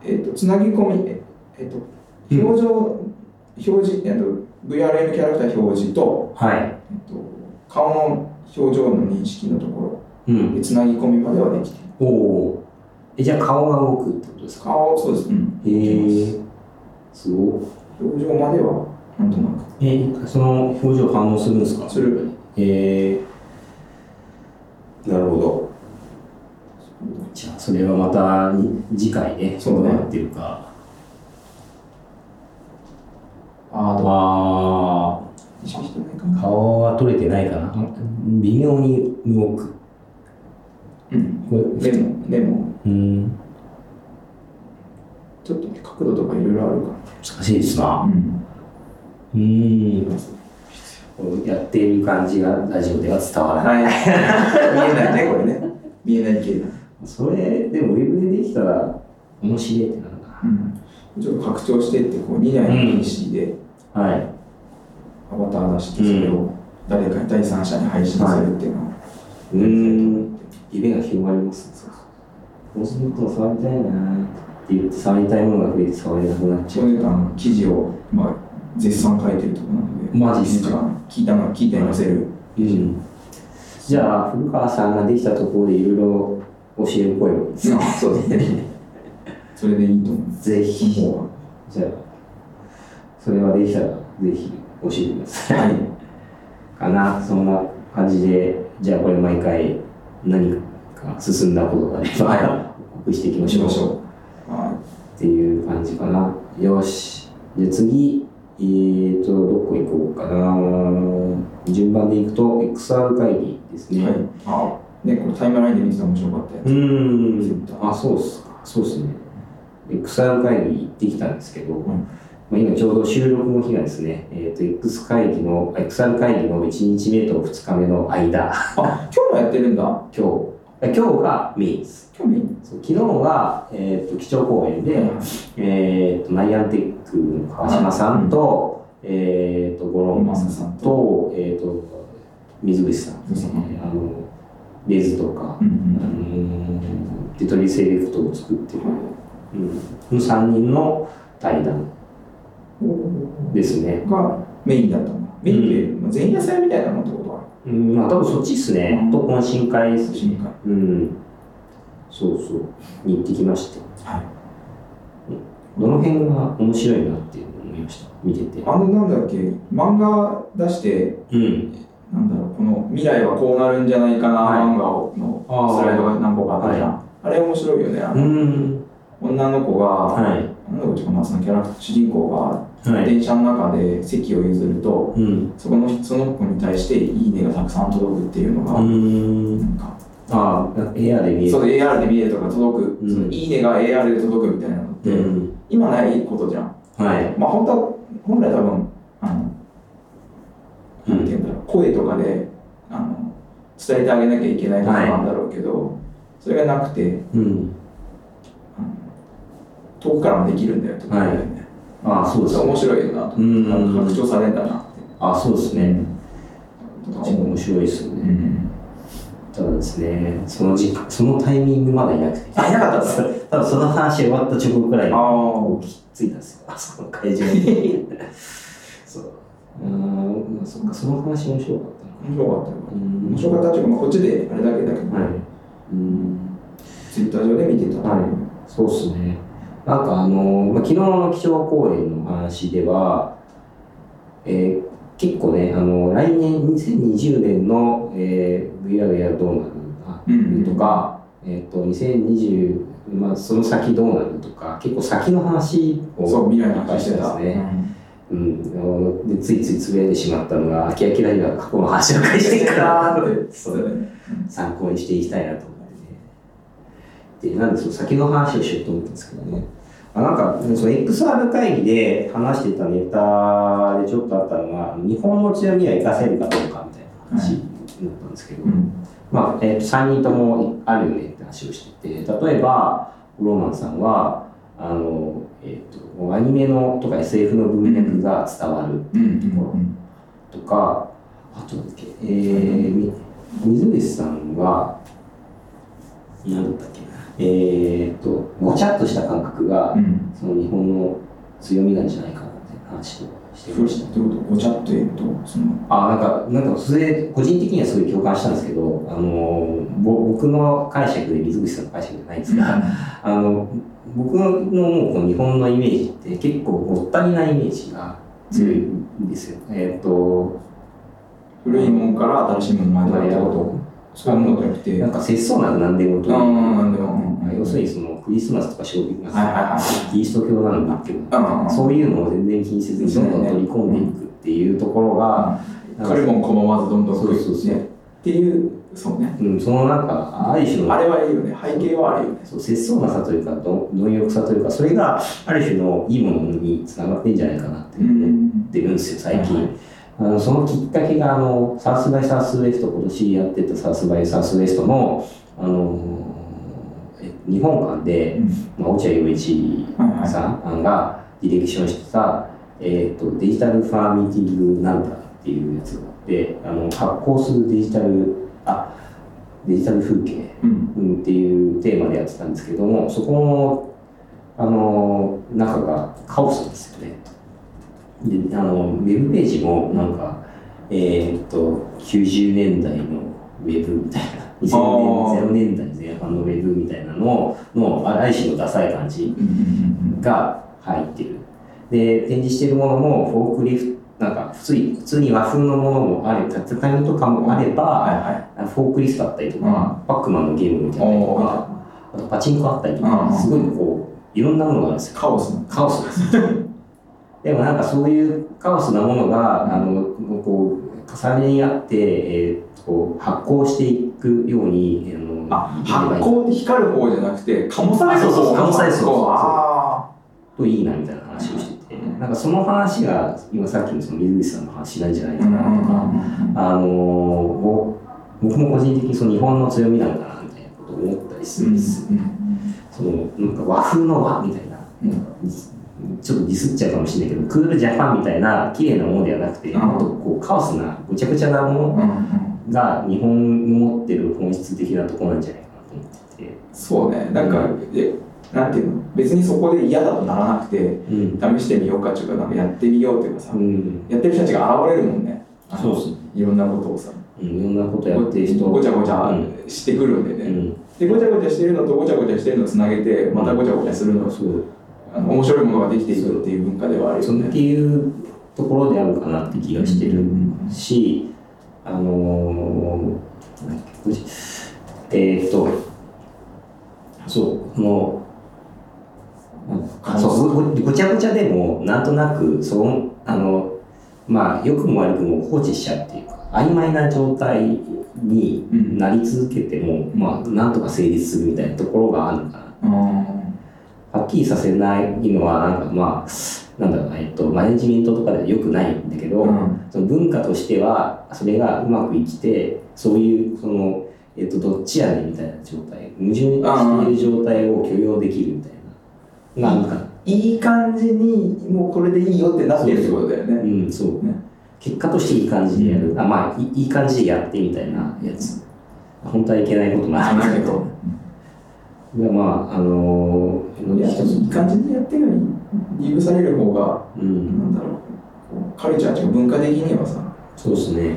S3: えっ、と、つなぎ込み、ええっ、と、
S2: うん
S3: 表情、表示、えっ、と、VRM キャラクター表示と、
S2: はい。
S3: えっ、と、顔の表情の認識のとこ
S2: う
S3: ろ
S2: ん。
S3: で、つなぎ込みまではできてる。
S2: おおー。えじゃあ顔が動くってことですか
S3: 顔、そうです。うん。
S2: へえー、すごい。
S3: 表情までは、なんとなく。
S2: えーその表情反応するんですか
S3: する。
S2: えー、なるほど。じゃあ、それはまた次回ね、
S3: そうね
S2: どうなってるか。
S3: あー、と
S2: あ
S3: 意識してないか
S2: あ、
S3: な。
S2: 顔は取れてないかな。微妙に動く。
S3: うん。
S2: これ
S3: でも、でも、
S2: うん、
S3: ちょっとね角度とかいろいろあるか
S2: 難しいです
S3: ら。
S2: な。
S3: *laughs* ん。
S2: うん
S3: います
S2: やっている感じがラジオでは伝わらない。
S3: はい。見えないね、これね。見えない系だ。
S2: それ、でもウェブでできたら面白いってなるな。
S3: うん。ちょっと拡張してって、こう、2台の PC で、
S2: はい。
S3: アバター出して、それを誰かに第三者に配信するっていうのは、
S2: うん。夢が広がります。そうすると触りたいなって言って触りたいものが増えて触れなくなっ
S3: ち
S2: ちゃ
S3: ょう
S2: う。
S3: どあの記事を、まあ、絶賛書いてるところなので、
S2: マジっすか
S3: 聞いたの、聞いて載せる。
S2: うん。じゃあ、古川さんができたところでいろいろ教える声を。
S3: あそうですね。それでいいと思う。
S2: ぜ
S3: その
S2: ひ。
S3: 方は。
S2: じゃあ、それはできたらぜひ教えてください。
S3: はい。
S2: かな、そんな感じで、じゃあこれ毎回何か進んだことがあれば
S3: は、
S2: 報告していきま
S3: し
S2: しょ
S3: まし
S2: う。
S3: ょう。は
S2: っていう感じかな。よし。じゃあ次、えーと、どこ行こうかな。順番でいくと、XR 会議です
S3: い。
S2: ね。
S3: はい。あ、ね、これタイムラインで見てたら面白かったや
S2: う
S3: つ。
S2: ーん。あ、そうっすか。そうっすね。XR 会議行ってきたんですけど、
S3: ん
S2: まあ、今ちょうど収録の日がですね、えー、と X 会議の、あ XR 会議の1日目と2日目の間、
S3: あ、今日もやってるんだ。
S2: 今日、あ今日がメインです。
S3: 今日メイン。
S2: そう昨日が、えー、と基調講演で、えー、とナイアンテックの川島さんと、えー、と五郎
S3: マ
S2: 正
S3: スさんと。
S2: と,、えー、と水口さん、
S3: 水口さん
S2: えーあのレーズとか、
S3: うん
S2: あのーデトリセレクトを作ってる、うん、の3人の対談
S3: うん。
S2: ですね。
S3: がメインだったんだ。メインって、まあ、前夜祭みたいなのってことは
S2: うん、まあ多分そっちっすね。と懇親会です
S3: 進化。
S2: うん。そうそう。に行ってきまして。
S3: はい。
S2: どの辺が面白いなって思いました。見てて。
S3: あの、なんだっけ、漫画出して、
S2: うん。
S3: なんだろう、この未来はこうなるんじゃないかな、
S2: はい
S3: 漫画をの
S2: あー
S3: スライドが何個かあったじゃん。あれ面白いよね。あ
S2: う
S3: の
S2: ん。
S3: 女の子が、
S2: は
S3: 女の子とか、まあ、そのキャラクター、主人公が
S2: い。はい。
S3: 電車の中で席を譲ると、
S2: うん。
S3: そこの人その子に対していいねがたくさん届くっていうのが、
S2: うん。
S3: なんか、
S2: ああ、部屋で見え
S3: そ
S2: る。
S3: う AR で見えるとか届く、
S2: うん
S3: そのいいねが AR で届くみたいなのって、
S2: うん。
S3: 今ないことじゃん。
S2: はい。
S3: まあ本当は本来多分あの、
S2: うん
S3: なんて言うんだろう声とかであの伝えてあげなきゃいけないことなんだろうけど、それがなくて
S2: うん。
S3: あの遠くからもできるんだよってことだよね、
S2: ああ、そうです
S3: 面
S2: ね。
S3: 白いよなと、
S2: うん
S3: なんか拡張されたなって
S2: ああ、そうですね。
S3: とか思う
S2: 面白いですよ
S3: う
S2: ね。
S3: ん
S2: ただですね、その時間、そのタイミングまだいなくて。
S3: あいなかったんだ
S2: そう多分その話終わった直後くらいに
S3: あー
S2: きついたんですよ、あそこの会場に。そう。うーん、そっか、その話面白かったな。
S3: 面白かったよ
S2: 面
S3: 面白かったっていうか、まあ、こっちであれだけだけど、
S2: はい。うーん、
S3: ツイッター上で見てたと、
S2: はいそうっすね。なんかあの、まあ、昨日の基調講演の話では、えー結構ね、あの、来年、2020年の、えー、VR やどうなるのか
S3: うん
S2: とか、えっ、と、2020、まあ、その先どうなるとか、結構先の話を
S3: そう未来の話してた
S2: ですね
S3: うん
S2: うん、あのでついついつぶやいてしまったのが、あきあきライブは過去の話を返していいから
S3: あ
S2: な
S3: ーっ
S2: と
S3: て
S2: そう参考にしていきたいなと思ってね。で、なんでその先の話をしようと思ったんですけどね。あなんか、その XR 会議で話してたネタでちょっとあったのが、日本の強みは活かせるかどうかみたいな話だったんですけど、
S3: うん
S2: まあえー、と3人ともあるよねって話をしてて例えばローマンさんはあの、えー、とアニメのとか SF の文脈が伝わる
S3: うん
S2: とか、あとなんだっけ、えー、み水口さんは何だったっけなえっ、とごちゃっとした感覚が、
S3: うんうん
S2: その日本の強みなんじゃないかなって話をして
S3: どう
S2: ま
S3: い
S2: した。
S3: うことごちゃっと言うとその
S2: あなんか、なんか、それ、個人的にはすごい共感したんですけど、あの、ぼ僕の解釈で水口さんの解釈じゃないんですが、あの、僕のもうこの日本のイメージって結構ごったりなイメージが強いんですよ。えっ、と、
S3: 古いもんから新しいもんまで
S2: まあ
S3: やったことそういうものじゃなくて
S2: なんか節操なく何でもというか
S3: うんなんでもうん
S2: 要するにそのクリスマスとか正月と
S3: はいはい
S2: か、
S3: は
S2: キリスト教なんだっけど、
S3: いうん
S2: そういうのを全然気にせずにどんどん取り込んでいくっていうところが、なんか
S3: 彼もこままずどんどん
S2: そうそうそう
S3: ねっていうそうね
S2: うん、そのなんか、ある種の
S3: あれはいいよね背景はあるよね
S2: そう節操なさというかど貪欲さというかそれがある種のいいものにつながってんじゃないかなって思ってるんですよ最近、
S3: はいはい
S2: あのそのきっかけがあのサウスバイサウスウエスト今年やってたサウスバイサウスウエストの、あのーえ日本館で、まあ、落合陽一
S3: はいはい
S2: さんがディレクションしてた、えー、とデジタルファーミーティングなんだっていうやつがあってあの発行するデジタルあデジタル風景
S3: うん
S2: うんっていうテーマでやってたんですけどもそこのあの中がカオスなんですよね。であのウェブページもなんか、えーっと90年代のウェブみたいな
S3: あ
S2: 2000年代前半のウェブみたいなののある種のダサい感じ
S3: うんうん
S2: が入ってる。で展示してるものもフォークリフトなんか普通に普通に和風のものもあれ畳とかもあれば、
S3: はいは
S2: フォークリストあったりとか、
S3: うん
S2: パックマンのゲームみたいなのとか、あとパチンコあったりとか、
S3: うん
S2: すごいこう、いろんなものがあるんです
S3: い
S2: よ。
S3: カオスの
S2: カオスです
S3: *laughs*
S2: よ。でもなんかそういうカオスなものが、あの、こう、重ね合って、えー、こう発行していくように、あの
S3: あ発光って光る方じゃなくて醸される
S2: あそうそう
S3: 方
S2: 醸されるそうそうそう
S3: あ
S2: といいなみたいな話をしてて、
S3: うん
S2: なんかその話が、今さっきのその水口さんの話なんじゃない
S3: ー
S2: かなとか、あのーぼ僕も個人的にその日本の強みなのかなみたいなことを思ったりするんですよ。そのなんか和風の和みたいな、
S3: うん
S2: なんかちょっとディスっちゃうかもしれないけどクールジャパンみたいな綺麗なものではなくて、
S3: うん
S2: もっとこうカオスなぐちゃぐちゃなもの
S3: うんうん
S2: が日本の持ってる本質的なところなんじゃないかなと思ってて、
S3: そうねなんかえなんていうの別にそこで嫌だとならなくて
S2: うん
S3: 試してみようかっていうかなんかやってみようっていうかさ
S2: うん、
S3: やってる人たちが現れるもんねあの
S2: そうっす
S3: いろんなことをさ
S2: うん、いろんなことやってる人
S3: ごちゃごちゃ
S2: うん
S3: してくるん
S2: う
S3: でね、
S2: ん、
S3: でごちゃごちゃしてるのとごちゃごちゃしてるのをつなげてまたごちゃごちゃするの
S2: そう
S3: あの面白いものができていくっていう文化ではあるよ
S2: そのっ
S3: ね
S2: ていうところであるかなって気がしてる
S3: うん
S2: し、あのー、えーっと、そう、この、あそうごごごちゃごちゃでも、なんとなく、その、あの、まあ、良くも悪くも放置しちゃうっていうか、曖昧な状態に
S3: うん
S2: なり続けても、まあ、なんとか成立するみたいなところがあるのかな
S3: うん
S2: はっきりさせないのはなんかまあなんだろうな、えっと、マネジメントとかでは良くないんだけど、
S3: うん
S2: その文化としてはそれがうまくいきてそういうその、えっと、どっちやねんみたいな状態矛盾している状態を許容できるみたいな、なんか、
S3: いい感じにもうこれでいいよってなってるってことだよ
S2: う
S3: ね
S2: ん、そう
S3: ね
S2: 結果としていい感じでやる、あまあいいいい感じでやってみたいなやつ本当はいけないこともあるんですけどでまああの
S3: いや
S2: 一つ
S3: いい感じにやってるのに許される方が
S2: うん
S3: なんだろうこうカルチャーっていうか文化的にはさ
S2: そうですね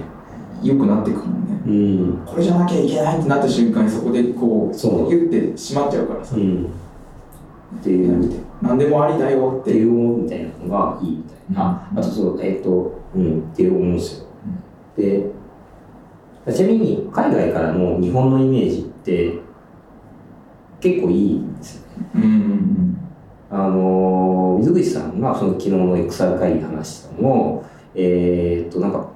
S3: 良くなってくるもんね
S2: うん
S3: これじゃなきゃいけないってなった瞬間にそこでこう
S2: そう
S3: ギュってしまっちゃうからさ
S2: うんっていう
S3: 何でもありだよっ
S2: って
S3: て
S2: いうものみたいなのがいいみたいな、
S3: うん
S2: あとそうえっ、とうんって思うんですよ、でちなみに海外からの日本のイメージって結構いいんですよね
S3: うんうん
S2: あの水口さんがその昨日の XR 会議話したのを、えーっとなんか、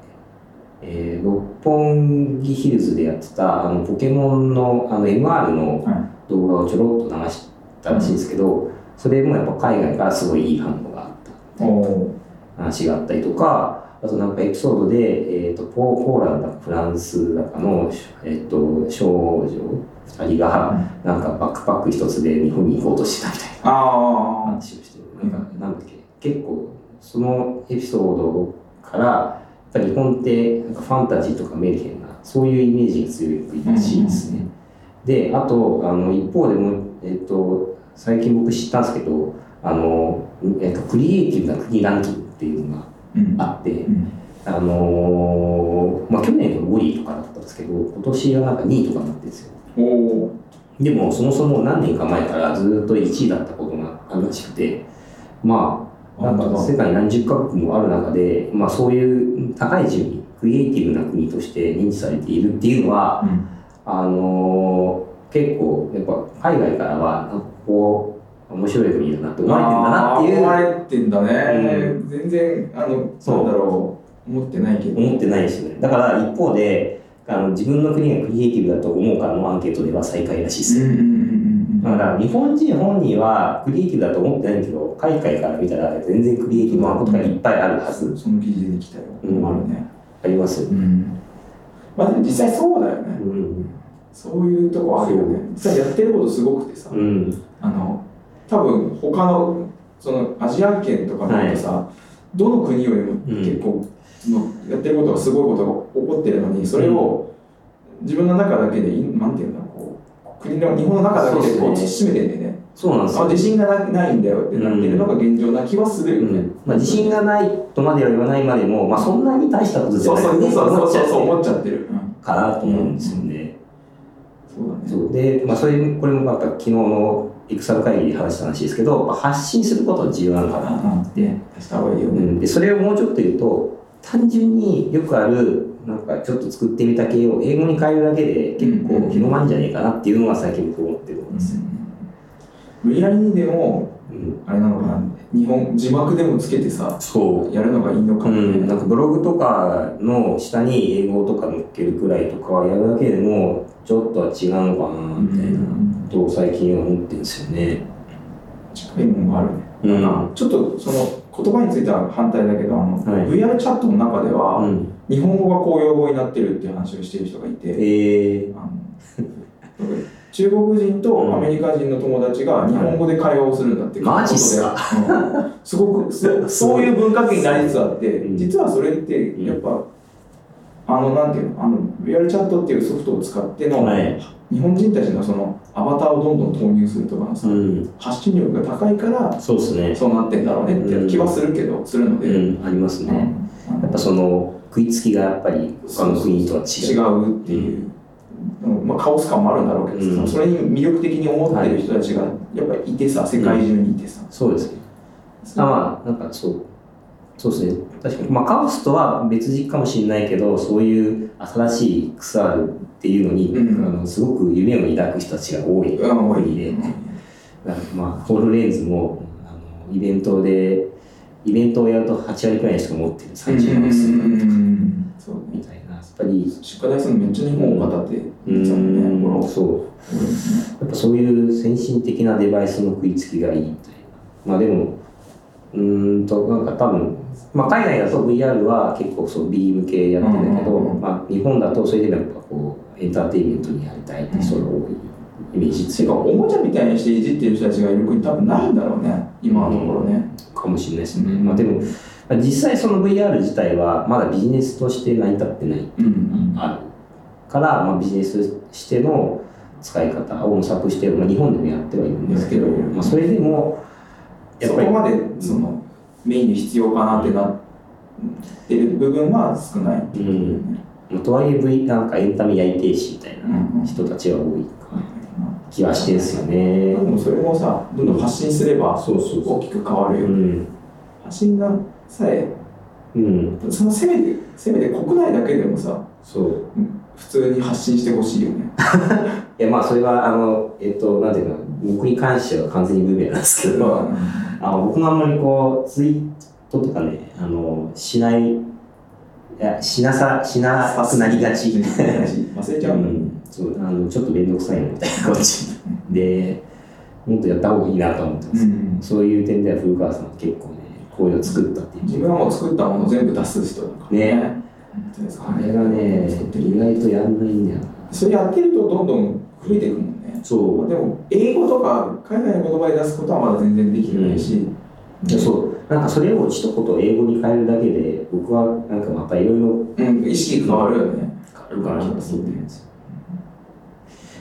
S2: えー六本木ヒルズでやってたあのポケモンのあの MR の
S3: はい
S2: 動画をちょろっと流したらしいんですけど、それもやっぱ海外からすごいいい反応があった
S3: おお
S2: 話があったりとか、あとなんかエピソードで、えー、とポーポーランドだかフランスだかの、えー、と少女2人がなんかバックパック一つで日本に行こうとしてたみたい
S3: あ
S2: な
S3: あ
S2: 話をしてる、なんかなんだっけ結構そのエピソードからやっぱり日本ってなんかファンタジーとかメルヘンなそういうイメージが強いらしいですね。であとあの一方でもう、えっと最近僕知ったんですけどあの、えっとクリエイティブな国ランキングっていうのが
S3: うん
S2: あって
S3: う、ん
S2: あのーまあ、去年の5位とかだったんですけど今年はなんか2位とかになってるんですよ
S3: おお
S2: でもそもそも何年か前からずっと1位だったことがあるらしくてまあなんか世界何十カ国もある中で、まあ、そういう高い順位クリエイティブな国として認知されているっていうのは
S3: うん
S2: あのー結構やっぱ海外からはなんかこう面白い国だなって思われてるんだなっていう
S3: あー思われてんだね、
S2: う
S3: 全然あの
S2: そう
S3: なんだろう思ってないけど
S2: 思ってないですよねだから一方であの自分の国がクリエイティブだと思うかのアンケートでは最下位らしいです
S3: うん
S2: よ、
S3: うんうんうん
S2: だから日本人本人はクリエイティブだと思ってないけど海外から見たら全然クリエイティブなことがいっぱいあるはず
S3: その記事できたよ、
S2: うん
S3: あるね
S2: ありますよ
S3: う
S2: ね、
S3: んまあでも実際そうだよね、
S2: うん
S3: そういうとこあるよね実際やってることすごくてさ、
S2: うん、
S3: あの多分他のそのアジア圏とかだとさ、どの国よりも結構、のやってることがすごいことが起こってるのにそれを自分の中だけでいなんていうんだろうこう国の日本の中だけでこう
S2: そうです
S3: 縮めてんだよね
S2: そうなんです
S3: あ
S2: よ
S3: 自信がなないんだよってなってるのが現状な気はするよ
S2: う
S3: ね、
S2: んまあ、自信がないとまでは言わないまでも、まあ、そんなに大したことじゃ
S3: そう
S2: ない
S3: そうそ
S2: 思っ
S3: うそう
S2: ち
S3: そ
S2: ゃ
S3: うそう
S2: う
S3: 思っちゃってる、うん
S2: かなと思うんですよね、
S3: そうだね
S2: そうで、まあ、それこれもなんか昨日のエクサル会議で話した話ですけど、まあ発信することは重要なのかな、
S3: あってした方がいいよ
S2: う
S3: ね、
S2: ん、でそれをもうちょっと言うと単純によくあるなんかちょっと作ってみた系を英語に変えるだけで結構広まるんじゃねえかなっていうのは最近僕思ってるんですよ、
S3: 無理やりにでも
S2: うん、
S3: あれなのかな日本字幕でもつけてさ
S2: そう
S3: やるのがいいのか
S2: う
S3: もね、
S2: ん、なんかブログとかの下に英語とか載っけるくらいとかはやるだけでもちょっとは違うのかなみたいなことを最近は思ってるんですよね。
S3: 近いものがあるね、
S2: うん
S3: ちょっとその言葉については反対だけどあの、
S2: はい
S3: VR チャットの中では、
S2: うん、
S3: 日本語が公用語になってるっていう話をしてる人がい
S2: え
S3: て
S2: ー、
S3: あの中国人とアメリカ人の友達が日本語で会話をするんだって
S2: マジっす
S3: か、うんすご
S2: *laughs*
S3: くそそういう文化圏になりつつあって、
S2: うん
S3: 実はそれってやっぱ、あのなんていうのあの VR チャットっていうソフトを使っての、
S2: はい
S3: 日本人たちのそのアバターをどんどん投入するとかのさ、
S2: うん、
S3: 発信力が高いから
S2: そうですね。
S3: そうなってんだろうねって気はするけど、するので、
S2: うん、あります
S3: う
S2: ね。
S3: ん
S2: やっぱその食いつきがやっぱり他の国とは違
S3: 違
S2: う。
S3: うっていう、うんまあ、カオス感もあるんだろうけどさ、
S2: うん
S3: それに魅力的に思ってる人たちがやっぱりいてさ世界中にいてさ、
S2: そうですね。あまあ、なんかそう。そうですね。確かに。まあ、カオスとは別軸かもしれないけど、そういう新しい XR っていうのに、
S3: うん
S2: あのすごく夢を抱く人たちが多い。
S3: うん多い
S2: 国で。なんかまあ、ホールレンズも、あのイベントで、イベントをやると8割くらいの人が持ってる30万する
S3: そうね
S2: みたいな。やっぱり、
S3: 出荷台数めっちゃ日本を語って
S2: う
S3: いつもね
S2: ー
S3: こ
S2: ん、
S3: の
S2: そう。やっぱそういう先進的なデバイスの食いつきがいいみたいな。まあでも、うーんと、なんか多分、まあ海外だと VR は結構そうビーム系やってるけど、
S3: うんうんうん
S2: まあ日本だとそれでもやっぱこう、エンターテインメントにやりたいって人が多いイメージ
S3: て
S2: 強
S3: かおもちゃみたいにしていじってる人たちがいる国多分ないんだろうね今のところね、
S2: いかもしれないですね。
S3: うん
S2: まあでも、まあ実際その VR 自体はまだビジネスとして成り立ってない、
S3: うん
S2: あるから、まあビジネスとしての使い方を模索して、まあ日本でもやってはいるんですけど、
S3: ですけど
S2: まあそれでも、や
S3: そ
S2: っ
S3: こ
S2: ぱり
S3: までその、メインに必要かなってなってる部分は少ない、
S2: うん、とはいえ V なんかエンタメやりてえしみたい
S3: うんう
S2: なん人たちが多い気はしてんすよ
S3: で
S2: ね。
S3: もそれもさどんどん発信すれば
S2: そうそう
S3: 大きく変わ
S2: う
S3: るよ、
S2: ん。
S3: 発信がさえ
S2: うん。
S3: そのせめてせめて国内だけでもさ
S2: そう。
S3: 普通に発信してほしいよね
S2: いやまあそれはあのえっとなんていうの僕に関しては完全に無名なんですけど、
S3: ま
S2: あ僕もあんまりこう、ツイートとかね、あの、しない、いや、しなさ、しな
S3: あ、
S2: くなりがち。
S3: 忘れちゃ
S2: う
S3: う
S2: ん
S3: だ
S2: ん、そうあのちょっと面倒くさいなみたいな感じでもっとやった方がいいなと思ってます、そういう点では古川さんは結構ねこういうの作ったっていう
S3: 自分はもう作ったもの全部出す人だから
S2: ね
S3: 本当ですか
S2: あれがね
S3: 作ってる
S2: 意外とやんないんだよな
S3: それやってるとどんどん増えていくもんね
S2: そう
S3: でも英語とか海外の言葉で出すことはまだ全然できてないし、
S2: そうなんかそれを一言英語に変えるだけで僕はなんかまたいろいろ
S3: うん、意識変わるよね
S2: あるからなと思ってるんですよ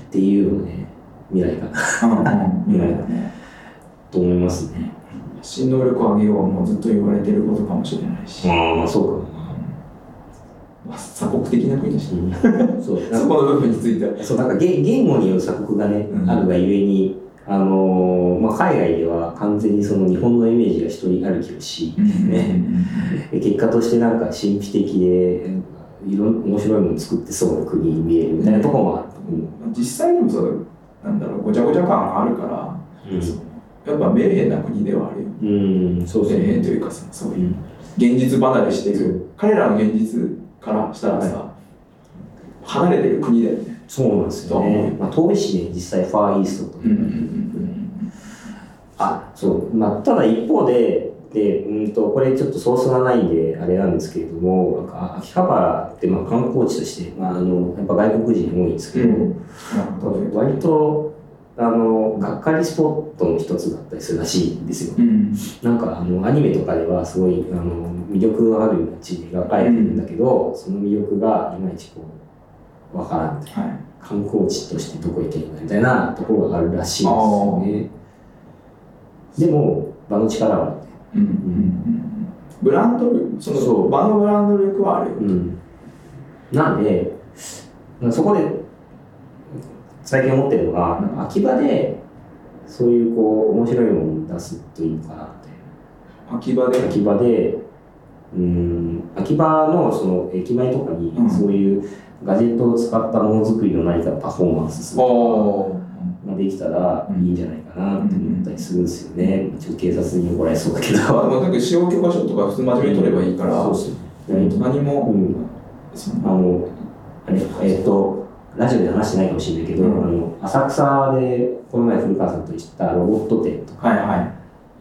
S2: っていうのね未来かな
S3: うん
S2: と思いますね
S3: 新能力を上げようはもうずっと言われてることかもしれないし、
S2: ああそうか
S3: 鎖国的な国だし
S2: な、うん、 *laughs* そう
S3: そこの部分については
S2: そう、なんか言言語による鎖国がね、
S3: うん
S2: あるがゆえに、あのーまあ、海外では完全にその日本のイメージが一人歩きをし、ねで結果としてなんか神秘的で、なんかいろん面白いもの作ってそうな国に見えるみたいなところもあると思
S3: 実際でもそうなんだろうごちゃごちゃ感があるから、
S2: う。
S3: やっぱメルヘンな国ではあるよ
S2: うん、うん、そう
S3: メ
S2: そう。
S3: ルヘンというかさそういう現実離れしていく彼らの現実からしたらさ、離れてる国だよね
S2: そうなんですよね。まあ、遠いしね、実際、ファーイーストとか。あそうまあ、ただ一方ででうんとこれちょっとソースがないんであれなんですけれどもなんか秋葉原ってまあ観光地として、まあ、あのやっぱ外国人多いんですけど、割とあのがっかりスポットの一つだったりするらしいんですよ。なんかあのアニメとかではすごいあの魅力のある街で描かれてるんだけど、その魅力がいまいちこうわからんみたいな観光地としてどこ行けばいいのみたいなところがあるらしいですよね。でも場の力はある
S3: ブランド力その
S2: そう
S3: 場のブランド力はあるよ、
S2: うん、なんでそこで最近思ってるのがなんか秋葉でそういうこう面白いものを出すといいのかなって
S3: 秋葉で
S2: 秋葉でうん秋葉のその駅前とかに
S3: うん
S2: そういうガジェットを使ったものづくりの何かパフォーマンスする
S3: お
S2: ができたらいいんじゃないかなって思ったりするんですよね、ちょっと警察に怒られそうだけど
S3: あでもなんか使用許可証とか普通に真面目に取ればいいから
S2: そうですね
S3: 何も、
S2: うん
S3: そ
S2: あ
S3: の
S2: の、あれ、えっ、と、ラジオで話してないかもしれないけど、
S3: うん
S2: あの浅草でこの前古川さんと行ったロボット展とか
S3: はいは
S2: 行っ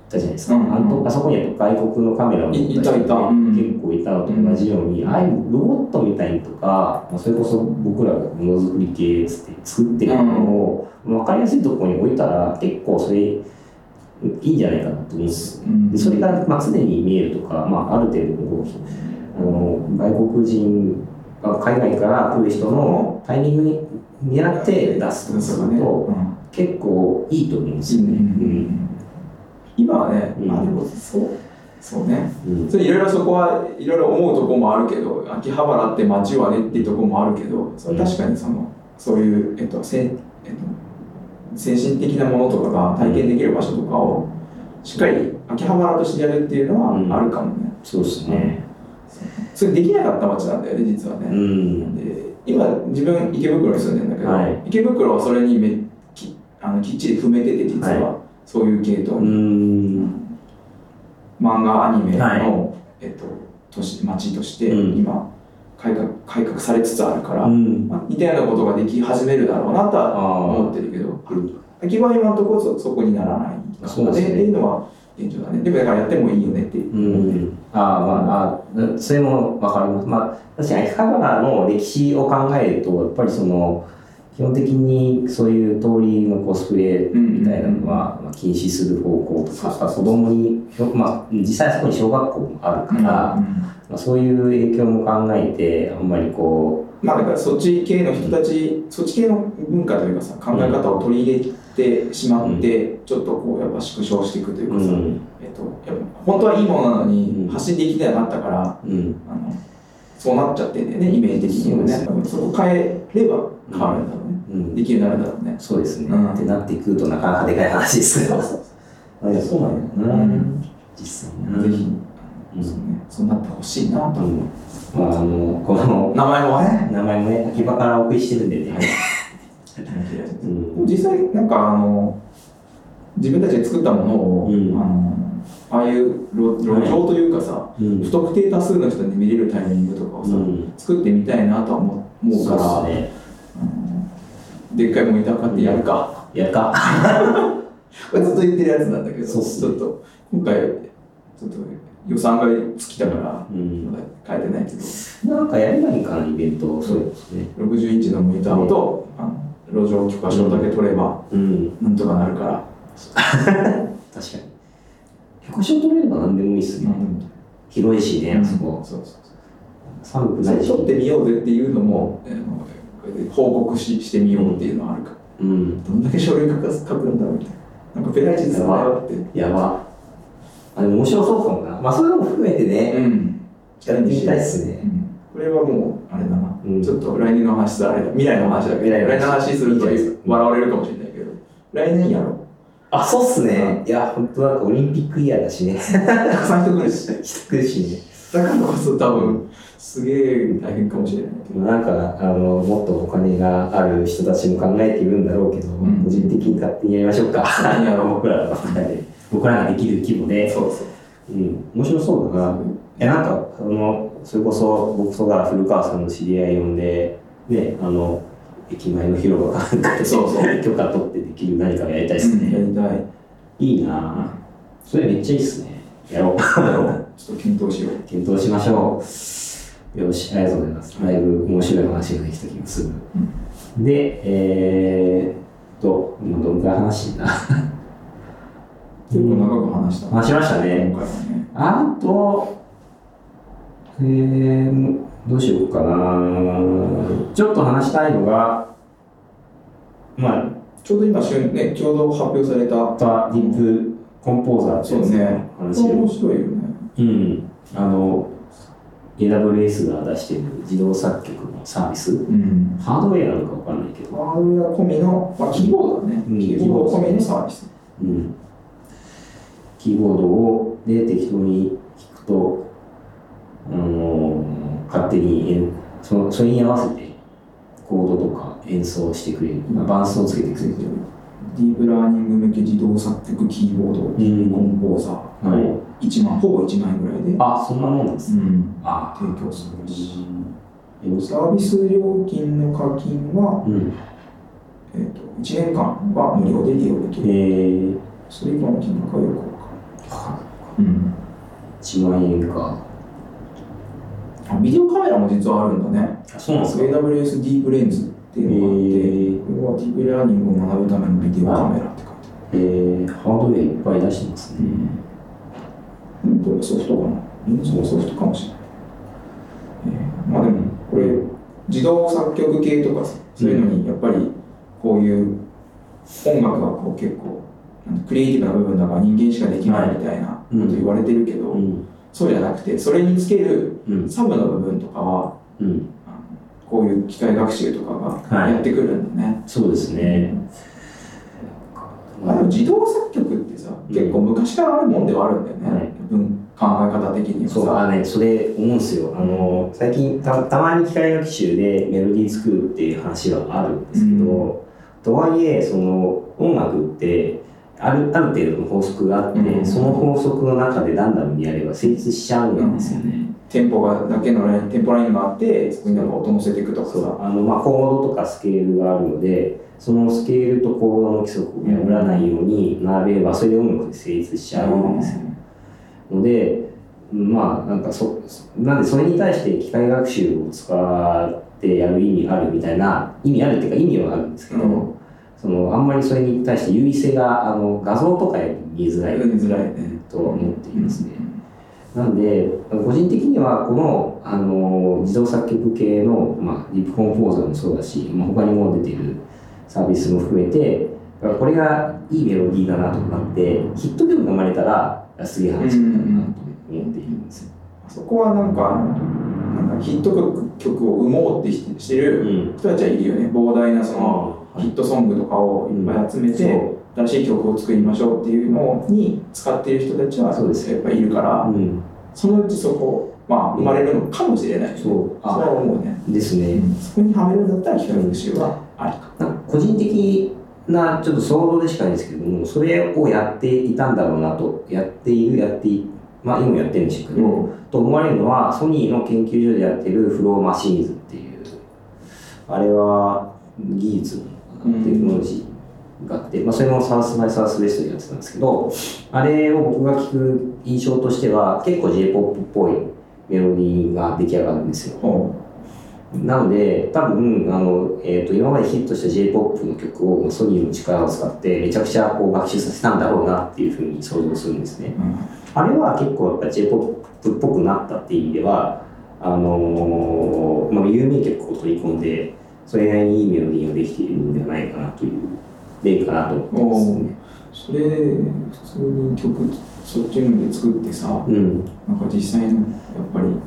S2: たじゃないですか、
S3: うん
S2: あのあそこにやっぱ外国のカメラを持
S3: いいたいたうん
S2: 結構いたのと同じように、ああいうロボットみたいにとか、まあ、それこそ僕らがものづくり系っつって作ってるものを、分かりやすいところに置いたら結構それいいんじゃないかなと思うんですよ
S3: い、うん
S2: でそれが、まあ、常に見えるとか、まあ、ある程度こうあの外国人あ海外から来る人のタイミングに見合って出すとかす
S3: そうだ
S2: る
S3: ね
S2: と
S3: うん
S2: 結構いいと思うんですよね。うん
S3: 今はね、
S2: うん
S3: あでもそうそうね
S2: うん
S3: それいろいろそこはいろいろ思うとこもあるけど秋葉原って街はねっていうとこもあるけどそれ確かにそのそういう、えっとせんえっと、精神的なものとかが体験できる場所とかをしっかり秋葉原としてやるっていうの
S2: うん
S3: はあるかもね、
S2: そうですね。
S3: それできなかった街なんだよね実はね、
S2: うん。
S3: で今自分池袋に住んでんだけど、
S2: はい
S3: 池袋はそれにめきあのきっちり踏めてて実は、そういう系
S2: う
S3: 統、
S2: ん。
S3: 漫画アニメの、
S2: は
S3: えっと、都市町として
S2: うん
S3: 今改革改革されつつあるから、
S2: うん。
S3: まあ、似たようなことができ始めるだろうなとは
S2: あ
S3: 思ってるけど
S2: あ。
S3: 秋葉は今のところそそこにならないから
S2: そうですね
S3: っていうのは現状だねでもだからやってもいいよねっていう
S2: う、ん。ああ、まあ、ああそれもわかります。まあ、確かに秋葉原の歴史を考えると、やっぱりその、基本的にそういう通りのコスプレみたいなのは、まあ、禁止する方向とか、あとは子供に、まあ、実際そこに小学校もあるから、
S3: うん
S2: まあ、そういう影響も考えて、あんまりこ、
S3: まあだからそっち系の人たち、そっち系の文化というかさ考え方を取り入れてしまって、ちょっとこうやっぱ縮小していくというう
S2: う
S3: かさ、
S2: ん、
S3: えっと、やっぱ本当はいいものなの
S2: うん
S3: に発信できてなかったから、
S2: うん、
S3: あのそうなっちゃってんだよねイメージ的にもね
S2: そ
S3: そこを変えれば変わるんだろうね、
S2: うん
S3: できるようになるんだろうね
S2: そうですね、
S3: うん
S2: ってなってくると、なかなかでかい話ですけど、あいやそうなんだよな、実際な
S3: ぜひ、
S2: うん
S3: そうねそうなってほしいなと、
S2: うんまあ、あの、この
S3: 名前もね、
S2: 名前もね、秋葉からお送りしてるんでね、
S3: で
S2: うん
S3: も実際なんかあの自分たちで作ったものを、
S2: うん
S3: あのああいう路路上というかさ、
S2: うん
S3: 不特定多数の人に見れるタイミングとかをさ、
S2: うん
S3: 作ってみたいなとは思う思うから
S2: そうですね
S3: うんでっかいモニター買ってやるか、
S2: やるか
S3: これずっと言ってるやつなんだけど
S2: そうっすね
S3: ちょっと今回ちょっと予算が尽きたから、
S2: うん
S3: まだ買えてないけど
S2: なんかやればいいかなイベントそうですね
S3: 60インチのモニターと、あの路上許可証だけ取れば
S2: うん
S3: なんとかなるから、
S2: 確かに許可証取れれば何でもいいっすね、
S3: なんでも
S2: 広いしねあそこ
S3: そうそうそう
S2: 寒く
S3: そ
S2: な
S3: れ
S2: いし
S3: 取ってみようぜっていうのも、あのこれで報告ししてみようっていうのはあるから、
S2: うん
S3: どんだけ書類書か書くんだろうみたいななんかペライチ使えよって
S2: やばあでも面白そうかもなまあそういうのも含めてね
S3: うん
S2: やってみたいっすね
S3: これはもうあれだな、
S2: うん
S3: ちょっと来年の話さあれだ未来の話だけど
S2: 未来の話
S3: す
S2: い
S3: ると
S2: いじゃないですか
S3: 笑われるかもしれないけど来年やろ
S2: あそうっすね、
S3: う
S2: いや本当なんかオリンピックイヤーだしね
S3: たくさん人来るしだ
S2: きつくしね
S3: からこそ多分すげえ大変かもしれない *laughs* けど
S2: なんかあのもっとお金がある人たちも考えているんだろうけど、
S3: ん
S2: 個人的に勝手にやりましょうか
S3: 何やろ
S2: 僕らの僕らができる規模
S3: う
S2: で、
S3: そうそう
S2: うん、面白そうだなえなんかあのそれこそ僕とか古川さんの知り合い呼んでねあの駅前の広場かなんかで
S3: そうそう
S2: 許可取ってできる何かをやりたいですね、
S3: うんやりたい
S2: いいなぁそれめっちゃいいっすねやろう *laughs*
S3: ちょっと検討しよう
S2: 検討しましょうよしありがとうございますだいぶ面白い話ができた気がする、でえー、っと今どんくらい話してた
S3: 結構長く話したな
S2: 話しましたね
S3: 今回はね
S2: あと、えー、どうしようかな。ちょっと話したいのが、まあ、
S3: ちょうど今旬ねちょうど発表された
S2: またディープコンポーザーって
S3: そう
S2: やつ
S3: ね
S2: の話を
S3: 面白いよね
S2: うん。あの、AWS が出している自動作曲のサービス、
S3: うん
S2: ハードウェアなのかわかんないけど、
S3: ハードウェア込みの、まあ、キーボードだね。
S2: うん
S3: キーボード込みのサービス。
S2: うん、キーボードをで適当に弾くと、あの勝手に演そのそれに合わせてコードとか演奏してくれる、まあ、伴奏をつけてくれる、
S3: ディープラーニング向け自動作曲キーボード、
S2: う
S3: コ
S2: ん
S3: ンポーザ
S2: はい、
S3: ー、1万、ほぼ1万円ぐらいで、
S2: あそんなもんなんですね
S3: うん
S2: あ
S3: 提供するし。
S2: うん
S3: サービス料金の課金は、
S2: うん
S3: えー、と1年間は無料で利用でき
S2: え
S3: る。
S2: ー、
S3: それ以降の金額はよくわか
S2: あ
S3: る。うん
S2: 1万円か
S3: あビデオカメラも実はあるんだね。
S2: あそうなんですか
S3: AWS ディープレンズって
S2: え
S3: いうのがあって、
S2: ー
S3: これはディープラーニングを学ぶためのビデオカメラって書いてある。
S2: えー、ハードウェアいっぱい出してますね
S3: うん、これソフトかな ?Windows のソフトかもしれない。えーまあでも、これ、自動作曲系とかさ、そういうのに、やっぱり、こういう音楽はこう結構、なんかクリエイティブな部分だから人間しかできないみたいなこと言われてるけど、
S2: うん
S3: そうじゃなくて、それにつける
S2: うん
S3: サブの部分とかは、
S2: うん
S3: あのこういう機械学習とかが
S2: はい
S3: やってくるんだね。
S2: そうですね
S3: あでも自動作曲ってさ、
S2: うん
S3: 結構昔からあるもんではあるんだよね、
S2: はい
S3: 文考え方的にはさ
S2: そうあのねそれ思うんですよあの最近たたまに機械学習でメロディー作るっていう話はあるんですけど、とはいえその音楽ってあるある程度の法則があって、
S3: うん
S2: その法則の中でランダムにやれば成立しちゃうんですよね。
S3: テンポがだけのラインテンポラインがあってそこになんか音乗せていくとかさ
S2: そうあのまあ、コードとかスケールがあるのでそのスケールとコードの規則を破らないように並べればそれで音楽で成立しちゃうんですよのでまあなんかそなんでそれに対して機械学習を使ってやる意味あるみたいな意味あるっていうか意味はあるんですけど、
S3: うん
S2: そのあんまりそれに対して優位性があの画像とかより見えづら
S3: や
S2: い
S3: りづらいね
S2: とは思っていますね。なんで個人的にはこのあの自動作曲系の、まあ、リップコンポーザーもそうだし、まあ、他にも出てるサービスも含めてこれがいいメロディーだなとかってヒット曲が生まれたらすげえ話だなと思っているんですよ。
S3: そこはなんかなんかヒット曲曲を生もうってしてしてる
S2: ん
S3: 人たちはいるよね膨大なそのヒットソングとかをいっぱい集めて、
S2: そう
S3: 新しい曲を作りましょうっていうのに使っている人たちは
S2: そうです
S3: やっぱいるから、
S2: うん、
S3: そのうちそこ、まあ、生まれるのかもしれないよね、
S2: そう
S3: それ
S2: あ
S3: は思うね、
S2: ですね
S3: そこにはめるんだったら比較習はありか
S2: なんか個人的なちょっと想像でしかないですけども、それをやっていたんだろうなと、やっている、やってい、まあ今もやってるんでしょうけど、と思われるのは、ソニーの研究所でやってるフローマシーンズっていう、あれは技術なのかな、
S3: うん
S2: テクノロジーがあって、まあそれもサウスバイサウスウェストでやってたんですけど、あれを僕が聞く印象としては、結構 J-POP っぽいメロディーが出来上がるんですよ。
S3: ほ
S2: なので、多分あの、えー、と今までヒットした J−POP の曲をソニーの力を使ってめちゃくちゃこう学習させたんだろうなっていうふうに想像するんですね。
S3: ううん
S2: あれは結構やっぱ J−POP っぽくなったっていう意味ではあのーまあ、有名曲を取り込んでそれなりにいいメロディーができているんではないかなという例かなと思いますね。
S3: それ普通に曲そっちので作ってさ
S2: うん
S3: なんか実際のやっぱりなん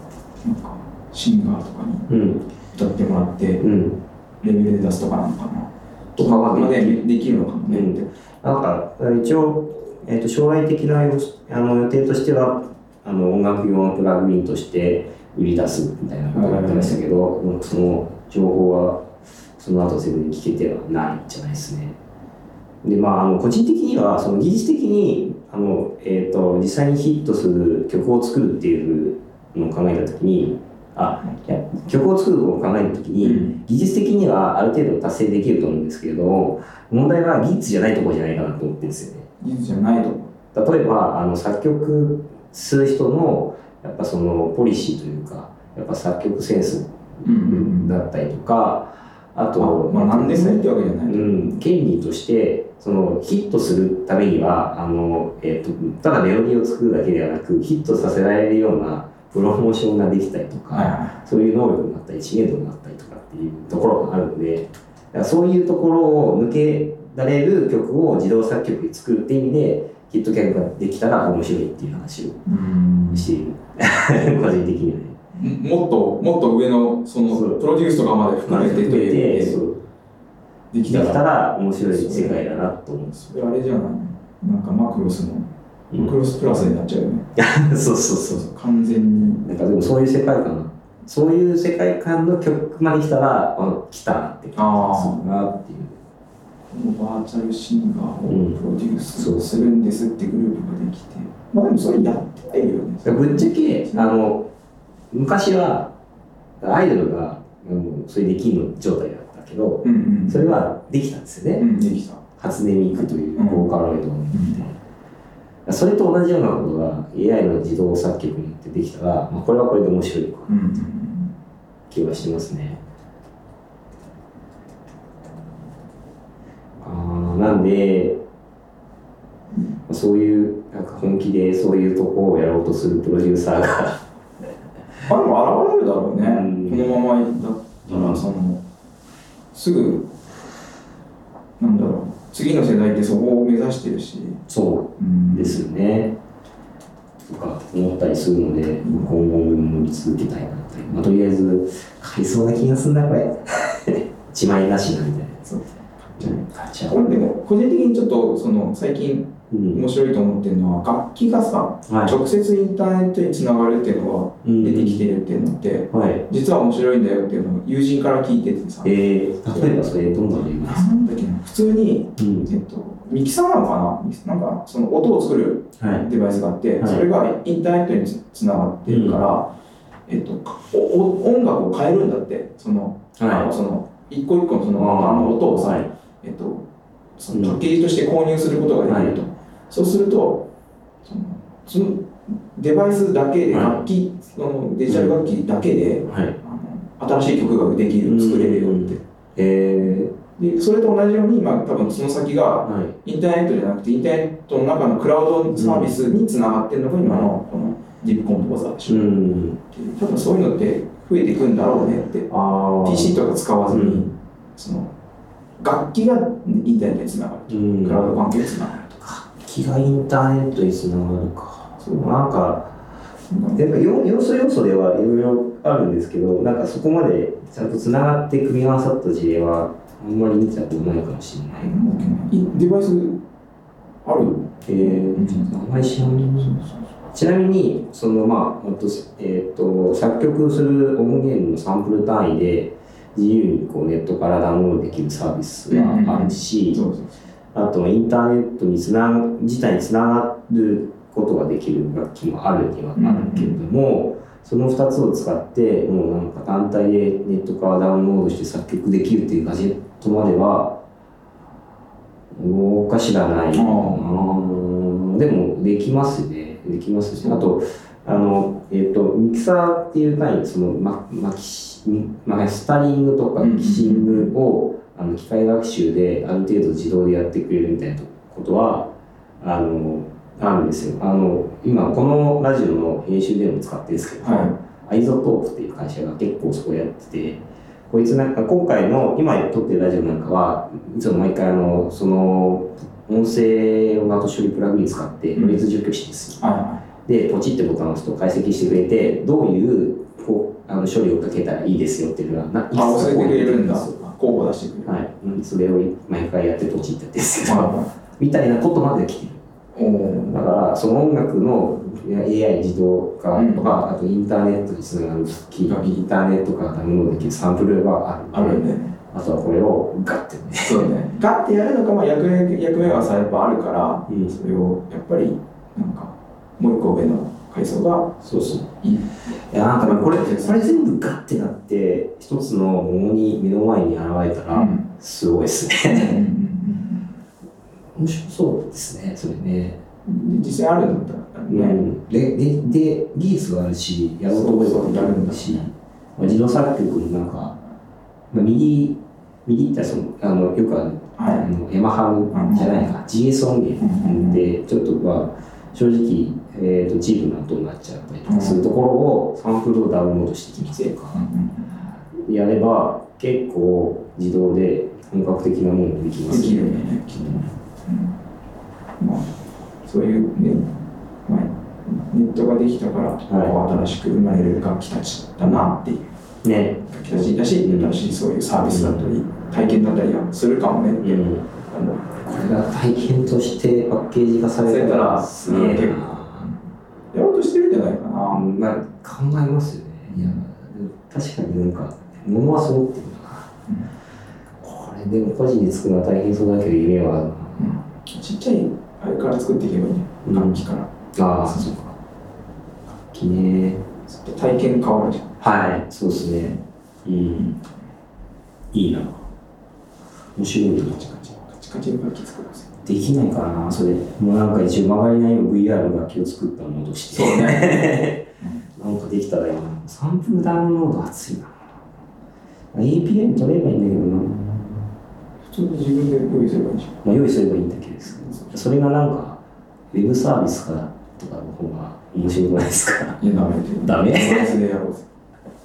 S3: かシンガーとかに
S2: うん
S3: 歌ってもらって
S2: うん
S3: レベルで出すとかなのかな
S2: とかは
S3: まあねできるのかもねって、
S2: なんか一応、えー、と将来的な予あの予定としてはあの音楽用のプラグインとして売り出すみたいなことをやってましたけど、うんその情報はその後すぐに聞けてはないんじゃないですね。でまあ、あの個人的にはその技術的にあの、えー、と実際にヒットする曲を作るっていうのを考えた時にあいや曲を作るのを考えた時に、
S3: うん
S2: 技術的にはある程度達成できると思うんですけれども問題は技術じゃないところじゃないかなと思ってるんですよね
S3: 技術じゃないと
S2: 例えばあの作曲する人のやっぱそのポリシーというかやっぱ作曲センス
S3: うん
S2: だったりとかあと
S3: まあ何でもいいってわけじゃない、
S2: うん、権利としてそのヒットするためにはあの、えっとただメロディーを作るだけではなくヒットさせられるようなプロモーションができたりとか、
S3: はいは
S2: そういう能力があったり知名度があったりとかっていうところがあるのでだからそういうところを抜けられる曲を自動作曲で作るっていう意味でヒット曲ができたら面白いっていう話を
S3: いうん
S2: している個人的にはね。
S3: もっともっと上のその
S2: そう
S3: プロデュースとかまで含めてという意味
S2: そう
S3: でで
S2: で
S3: き
S2: き
S3: た
S2: た
S3: ら
S2: ら面白い世界だなと思うんです。
S3: それあれじゃないなんかマクロスの
S2: う
S3: マク
S2: ん
S3: ロスプラスになっちゃうよね、
S2: *laughs* そうそうそ
S3: そう
S2: う。
S3: そう完全に
S2: なんかでもそういう世界観そういう世界観の曲まで来たらあ来たなって感じがするなっていう。
S3: このバーチャルシンガーをプロデュー
S2: う
S3: ス
S2: ん
S3: するんですってグループができて、まあでもそれやってるよね
S2: ぶっちゃけあの昔はアイドルが、うん、それできる状態だったけど
S3: うんうん
S2: それはできたんですよ
S3: う
S2: ね、
S3: んできた、
S2: 初音ミクというボーカロイドを
S3: うん
S2: それと同じようなことが AI の自動作曲によってできたら、まあ、これはこれで面白い
S3: うんうん
S2: 気はしてますねあーなんでそういうなんか本気でそういうとこをやろうとするプロデューサーが
S3: あでも現れるだろうね、
S2: うん
S3: このままだったらそのすぐなんだろう次の世代ってそこを目指してるし、
S2: そう
S3: うん
S2: ですよね。とか思ったりするので、今後も見続けたいなという。まあ、とりあえず、買いそうな気がするな、これ。 *laughs* 一枚なしなみたいなやつを。買っちゃ
S3: こ
S2: う。
S3: れでも個人的にちょっとその最近
S2: うん。
S3: 面白いと思ってるのは楽器がさ
S2: は
S3: 直接インターネットにつながるっていうのが
S2: い。うん
S3: 出てきてるっていうのって、
S2: はい。
S3: 実は面白いんだよっていうのを友人から聞いててさ、
S2: えー、例えばそれ、どんなの言いますか
S3: なんだっけな普通に、
S2: うん。
S3: えっと、ミキサーなのかなミキなんかその音を作る
S2: はい。
S3: デバイスがあって、
S2: はい
S3: それがインターネットにつつながってるから、えっと、おお音楽を変えるんだってその,、あの
S2: は
S3: その一個一個のそ
S2: い。
S3: のあの音をさ、
S2: はい。
S3: えっと、そのパッケージとして購入することができると、そうするとそのそのデバイスだけで
S2: はい
S3: 楽器、そのデジタル楽器だけで、
S2: はい。
S3: あの新しい曲ができ
S2: うん
S3: る作れるよって、
S2: えー、
S3: でそれと同じように、まあ、多分その先が
S2: はい。
S3: インターネットじゃなくてインターネットの中のクラウドサービスにつながってるのが今のこのディープコンポーザーでし
S2: う
S3: ょ、
S2: ん。
S3: 多分そういうのって増えていくんだろうねって
S2: あー
S3: PC とか使わず
S2: う
S3: に、
S2: ん。
S3: その楽器がインターネットにつながる
S2: うん。
S3: クラウド関係につながるとか、
S2: 気がインターネットにつながるか。そう、なんか、
S3: うん
S2: やっぱ要要素要素ではいろいろあるんですけどなんかそこまでちゃんとつながって組み合わさった事例はあんまり見たことないかもしれない。
S3: いデバイスあるよ
S2: えー、あんまり知らないちなみにそのまあほんと,、えー、と作曲する音源のサンプル単位で自由にこうネットからダウンロードできるサービスはあるし、
S3: そうそう
S2: あとインターネットにつな自体につながることができる楽器もあるにはあるけれども、その2つを使ってもうなんか単体でネットからダウンロードして作曲できるっていうガジェットまでは動かしがないかなでもできますねできますしあとあの、えっ、と、ミキサーっていう単位、その、ま、まきし、まあ、スタリングとかキシングを、あの、機械学習である程度自動でやってくれるみたいなことは、あの、あるんですよ。あの、今、このラジオの編集でも使ってるんですけど、
S3: は
S2: アイゾトープっていう会社が結構そこやってて、こいつなんか今回の今撮ってるラジオなんかはいつも毎回あのその音声を後処理プラグイン使ってノイズ除去してですよ
S3: いは。
S2: で、ポチってボタンを押すと解析してくれて、どういうこうあの処理をかけたらいいですよっていうのが、ない
S3: あ、教えてくれるんだ。
S2: は
S3: 候補出してくれる。
S2: いうん。それを毎回やってポチってやってですけど、
S3: は
S2: みたいなことまで来てる。
S3: い。おお。
S2: だから、その音楽のいや AI 自動化とか、あ
S3: う
S2: とインターネットにつながる機器、インターネットからダウンロードできるサンプルがあ
S3: あ
S2: る
S3: る
S2: んで、
S3: よね。
S2: あとはこれをガッてね。
S3: そうね。ガッてやるのか、まあ、役目役目はさ、やっぱあるから、
S2: うん
S3: それをやっぱり、なんか、もう一個上の階層が
S2: そうそう。
S3: いい。
S2: いやなんかねこれこれ全部ガッてなって一つのものに目の前に現れたら
S3: ん。
S2: すごいですね、
S3: うんうんうん
S2: 面白そうですねそれね、
S3: うん実際あるんだったら
S2: う
S3: ね。
S2: ん、ででで技術があるしやろうと思えばやるんだしまあ自動作曲もなんか、まあ、右右ってそのあのよくあるあ
S3: は
S2: のヤマハじゃないか GS 音
S3: い。うんうん
S2: 源でちょっとまあ正直、えー、とチープな音になっちゃったりとかするところをサンプルをダウンロードしてきてとかやれば結構自動で本格的なものができます
S3: できるよねうんまあ、そういうね、まあ、ネットができたから、こう新しく生まれる楽器たちだなっていう
S2: ね
S3: 楽器たちだし、新しいそういうサービスだったり、体験だったりはするかもねって、
S2: うん
S3: あの
S2: これが体験としてパッケージ化されたらすげえ
S3: されたら
S2: な、
S3: やろうとしてるんじゃないかな。
S2: うんまあ、考えますよねいや確かになんか物は揃ってるな、これでも個人で作るのは大変そうだけど夢はある
S3: ちっちゃいあれから作っていけばいいね、
S2: な、
S3: 楽器から。
S2: ああそうか楽器ね
S3: ずっと体験変わるじゃん。
S2: はいそうですねうんいいな面白いな
S3: カチカチカチカチの楽器作るんですよ。
S2: できないからなそれもうなんか一応曲がりないよう VR の楽器を作ったものとして
S3: そうね
S2: なんかできたらいいなサンプルダウンロード熱いな API に取ればいいんだけどな、
S3: 普通に自分で用意すればいいじゃん。
S2: まあ、用意すればいいんだけどですそれがなんかウェブサービスからとかの方が面白くないですか
S3: いや、ダメって。
S2: ダメ
S3: デバイスでやろうぜ。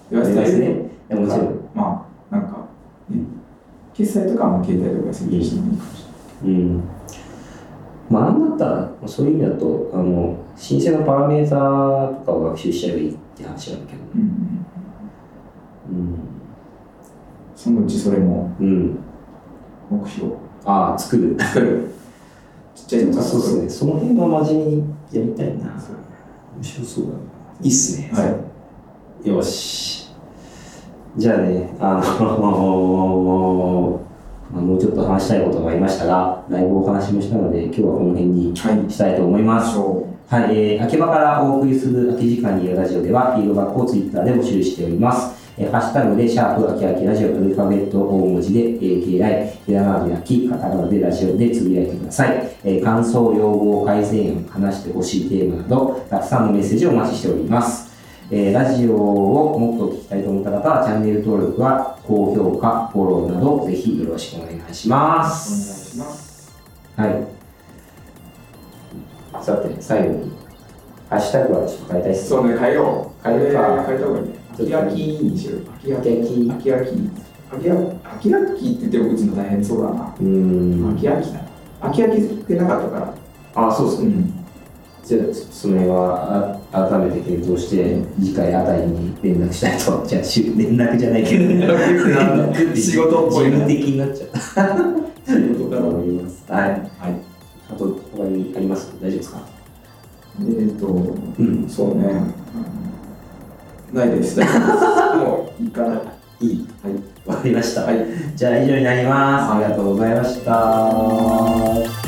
S3: デバイス
S2: です
S3: でや
S2: ねいやもちろん
S3: まあ、なんか、ね、決済とかはまあ携帯とか設定してもいいかもし
S2: うんまあ、なんだったらそういう意味だとあの申請のパラメーターとかを学習しちゃえばいいって話なんだけど、
S3: れない。うん、
S2: うん
S3: そのうちそれも
S2: うん、*laughs*
S3: 目標。
S2: ああ作る
S3: 作るちっちゃいのか
S2: *laughs*
S3: ら
S2: そうです
S3: 作る
S2: ねその辺は真面目にやりたいな面白そうだないいっすね
S3: は
S2: よしじゃあねあ *laughs* のまあもうちょっと話したいことがありましたがだいぶお話もしたので今日はこの辺に
S3: い。はい。
S2: したいと思います
S3: そ
S2: はい、えー、秋葉からお送りする空き時間によるラジオでは、フィードバックをツイッターで募集しております。えー、ハッシュタグで、シャープ、秋秋ラジオ、アルファベット大文字で、AKI、ひらがなで秋、カタカナでラジオでつぶやいてください。えー、感想、要望、改善案、話してほしいテーマなど、たくさんのメッセージをお待ちしております。えー、ラジオをもっと聞きたいと思った方は、チャンネル登録は、高評価、フォローなど、ぜひよろしくお願いしま
S3: う。お願いし
S2: す。
S3: ます。
S2: はい。さて、最後に、ハッシュタグはちょっと変えたいです。
S3: そうね、変えよう。変えた変えた方がいいね。
S2: ちょっ
S3: 秋
S2: と
S3: きにしよう。秋
S2: 焼き焼き。
S3: 秋秋秋秋秋秋って言っても打つの大変そうだな。
S2: うーん。
S3: 秋秋だ。秋秋ってなかったから。
S2: あ、そうですね。
S3: ん。
S2: じゃあ、その辺はあ改めて検討して、次回あたりに連絡したいと。 *laughs* じゃあ、しゅ連絡じゃないけど、連絡って
S3: 仕事っぽ
S2: 事
S3: い
S2: 務
S3: な。
S2: 的になっちゃった
S3: 仕事か
S2: と
S3: な。
S2: 思います。はい。
S3: はい。
S2: あと、他にあります大丈夫ですか
S3: えっ、と、
S2: うん。
S3: そうね。ないです。もう、いいかな。
S2: いい。
S3: はい。
S2: わかりました。
S3: はい
S2: じゃあ以上になります。ありがとうございました。